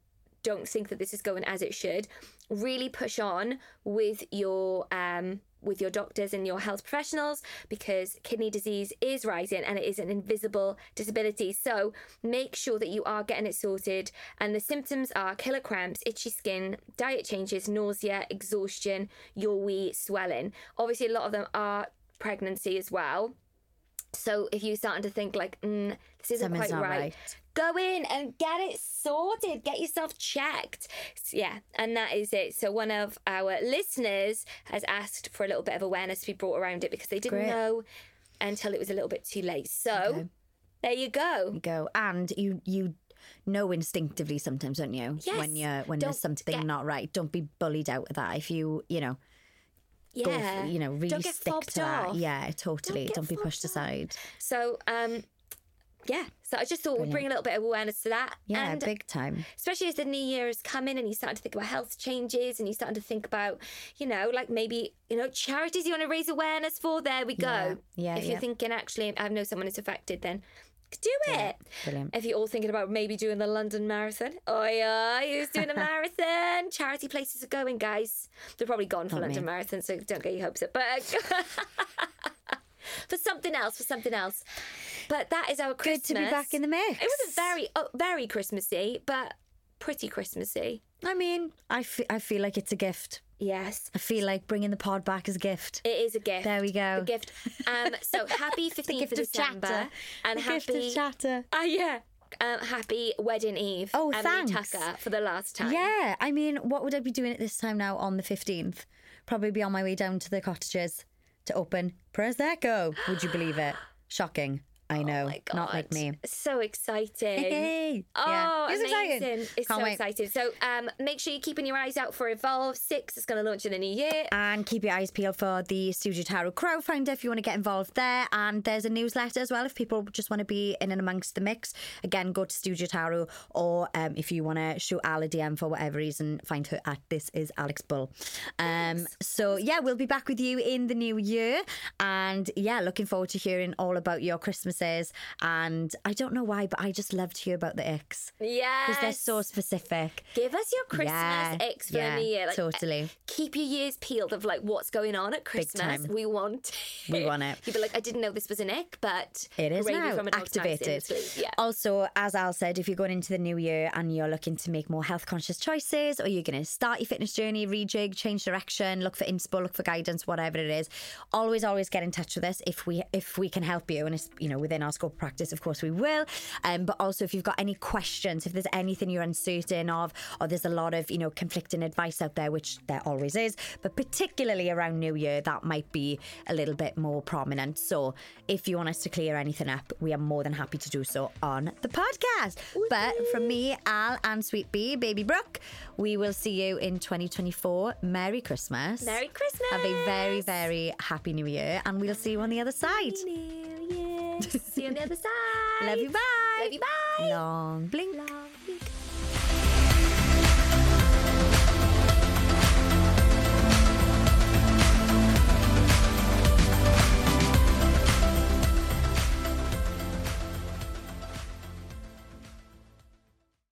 Speaker 1: don't think that this is going as it should, really push on with your um with your doctors and your health professionals because kidney disease is rising and it is an invisible disability. So make sure that you are getting it sorted. And the symptoms are killer cramps, itchy skin, diet changes, nausea, exhaustion, your wee swelling. Obviously, a lot of them are pregnancy as well. So if you're starting to think like, mm, this isn't
Speaker 2: Something's
Speaker 1: quite
Speaker 2: not
Speaker 1: right,
Speaker 2: right.
Speaker 1: go in and get it sorted. Get yourself checked. S- Yeah, and that is it. So one of our listeners has asked for a little bit of awareness to be brought around it because they didn't
Speaker 2: Great.
Speaker 1: know until it was a little bit too late. So there you go.
Speaker 2: Go. And you you know instinctively sometimes, don't you?
Speaker 1: Yes.
Speaker 2: When you're when
Speaker 1: Don't
Speaker 2: there's something
Speaker 1: get-
Speaker 2: not right. Don't be bullied out of that. If you, you know, go
Speaker 1: Yeah,
Speaker 2: f- you know, really
Speaker 1: Don't get
Speaker 2: stick
Speaker 1: fobbed
Speaker 2: to that.
Speaker 1: off.
Speaker 2: Yeah, totally.
Speaker 1: get
Speaker 2: Don't, be
Speaker 1: fobbed
Speaker 2: pushed
Speaker 1: off.
Speaker 2: aside.
Speaker 1: So um, yeah. So I just thought we'd bring a little bit of awareness to that.
Speaker 2: Yeah,
Speaker 1: and
Speaker 2: big time.
Speaker 1: especially as the new year is coming and you're starting to think about health changes and you're starting to think about, you know, like maybe, you know, charities you want to raise awareness for. There we go.
Speaker 2: Yeah, yeah,
Speaker 1: If
Speaker 2: yeah.
Speaker 1: you're thinking, actually, I know someone is affected, then Do it.
Speaker 2: Brilliant.
Speaker 1: If you're all thinking about maybe doing the London Marathon, oh yeah, who's doing a marathon? Charity places are going, guys. They're probably gone for
Speaker 2: Not
Speaker 1: London
Speaker 2: me.
Speaker 1: Marathon, so don't get your hopes up. But for something else, for something else. But that is our
Speaker 2: Good
Speaker 1: Christmas.
Speaker 2: to be back in the mix.
Speaker 1: It wasn't very, oh, very Christmassy, but pretty Christmassy.
Speaker 2: I mean, I fe- I feel like it's a gift.
Speaker 1: Yes.
Speaker 2: I feel like bringing the pod back is a gift.
Speaker 1: It is a gift.
Speaker 2: There we go.
Speaker 1: A gift. Um, so happy 15th
Speaker 2: the gift
Speaker 1: of
Speaker 2: of
Speaker 1: December.
Speaker 2: chatter.
Speaker 1: And
Speaker 2: the
Speaker 1: happy.
Speaker 2: gift of chatter.
Speaker 1: Ah, yeah. Um, happy wedding eve.
Speaker 2: Oh,
Speaker 1: Emily
Speaker 2: thanks.
Speaker 1: Tucker for the last time.
Speaker 2: Yeah, I mean, what would I be doing at this time now on the 15th? Probably be on my way down to the cottages to open Prosecco. Would you believe it? Shocking. I know.
Speaker 1: Oh my God.
Speaker 2: Not like me.
Speaker 1: So exciting.
Speaker 2: Hey.
Speaker 1: Oh,
Speaker 2: yeah. It's
Speaker 1: amazing.
Speaker 2: exciting.
Speaker 1: It's
Speaker 2: Can't
Speaker 1: so
Speaker 2: wait.
Speaker 1: exciting. So um, make sure you're keeping your eyes out for Evolve 6. It's going to launch in the new year.
Speaker 2: And keep your eyes peeled for the Studio Tarot Crowdfunder if you want to get involved there. And there's a newsletter as well if people just want to be in and amongst the mix. Again, go to Studio Tarot or um, if you want to shoot Al a DM for whatever reason, find her at This Is Alex Bull. Um, so, yeah, we'll be back with you in the new year. And yeah, looking forward to hearing all about your Christmases. And I don't know why, but I just love to hear about the icks
Speaker 1: Yeah.
Speaker 2: because they're so specific.
Speaker 1: Give us your Christmas
Speaker 2: yeah,
Speaker 1: X for
Speaker 2: yeah,
Speaker 1: the new year. Like, uh,
Speaker 2: totally.
Speaker 1: Keep your ears peeled of like what's going on at Christmas.
Speaker 2: time.
Speaker 1: We want it.
Speaker 2: We want it.
Speaker 1: You'd be like, I didn't know this was an ick, but
Speaker 2: It is
Speaker 1: gravy
Speaker 2: now
Speaker 1: from an old time
Speaker 2: activated. Oh,
Speaker 1: since we- Yeah.
Speaker 2: Also, as Al said, if you're going into the new year and you're looking to make more health conscious choices, or you're going to start your fitness journey, rejig, change direction, look for inspo, look for guidance, whatever it is, always, always get in touch with us if we if we can help you, and it's you know within our scope of practice, of course we will. Um, but also if you've got any questions, if there's anything you're uncertain of, or Oh, there's a lot of you know conflicting advice out there, which there always is, but particularly around New Year, that might be a little bit more prominent. So if you want us to clear anything up, we are more than happy to do so on the podcast. But from me, Al, and Sweet Bee, Baby Brooke, we will see you in 2024. Merry Christmas.
Speaker 1: Merry Christmas.
Speaker 2: Have a very, very happy new year, and we'll see you on the other side.
Speaker 1: New Year. See you on the other side.
Speaker 2: Love you. Bye.
Speaker 1: Love you. Bye.
Speaker 2: Long blink.
Speaker 1: Love you.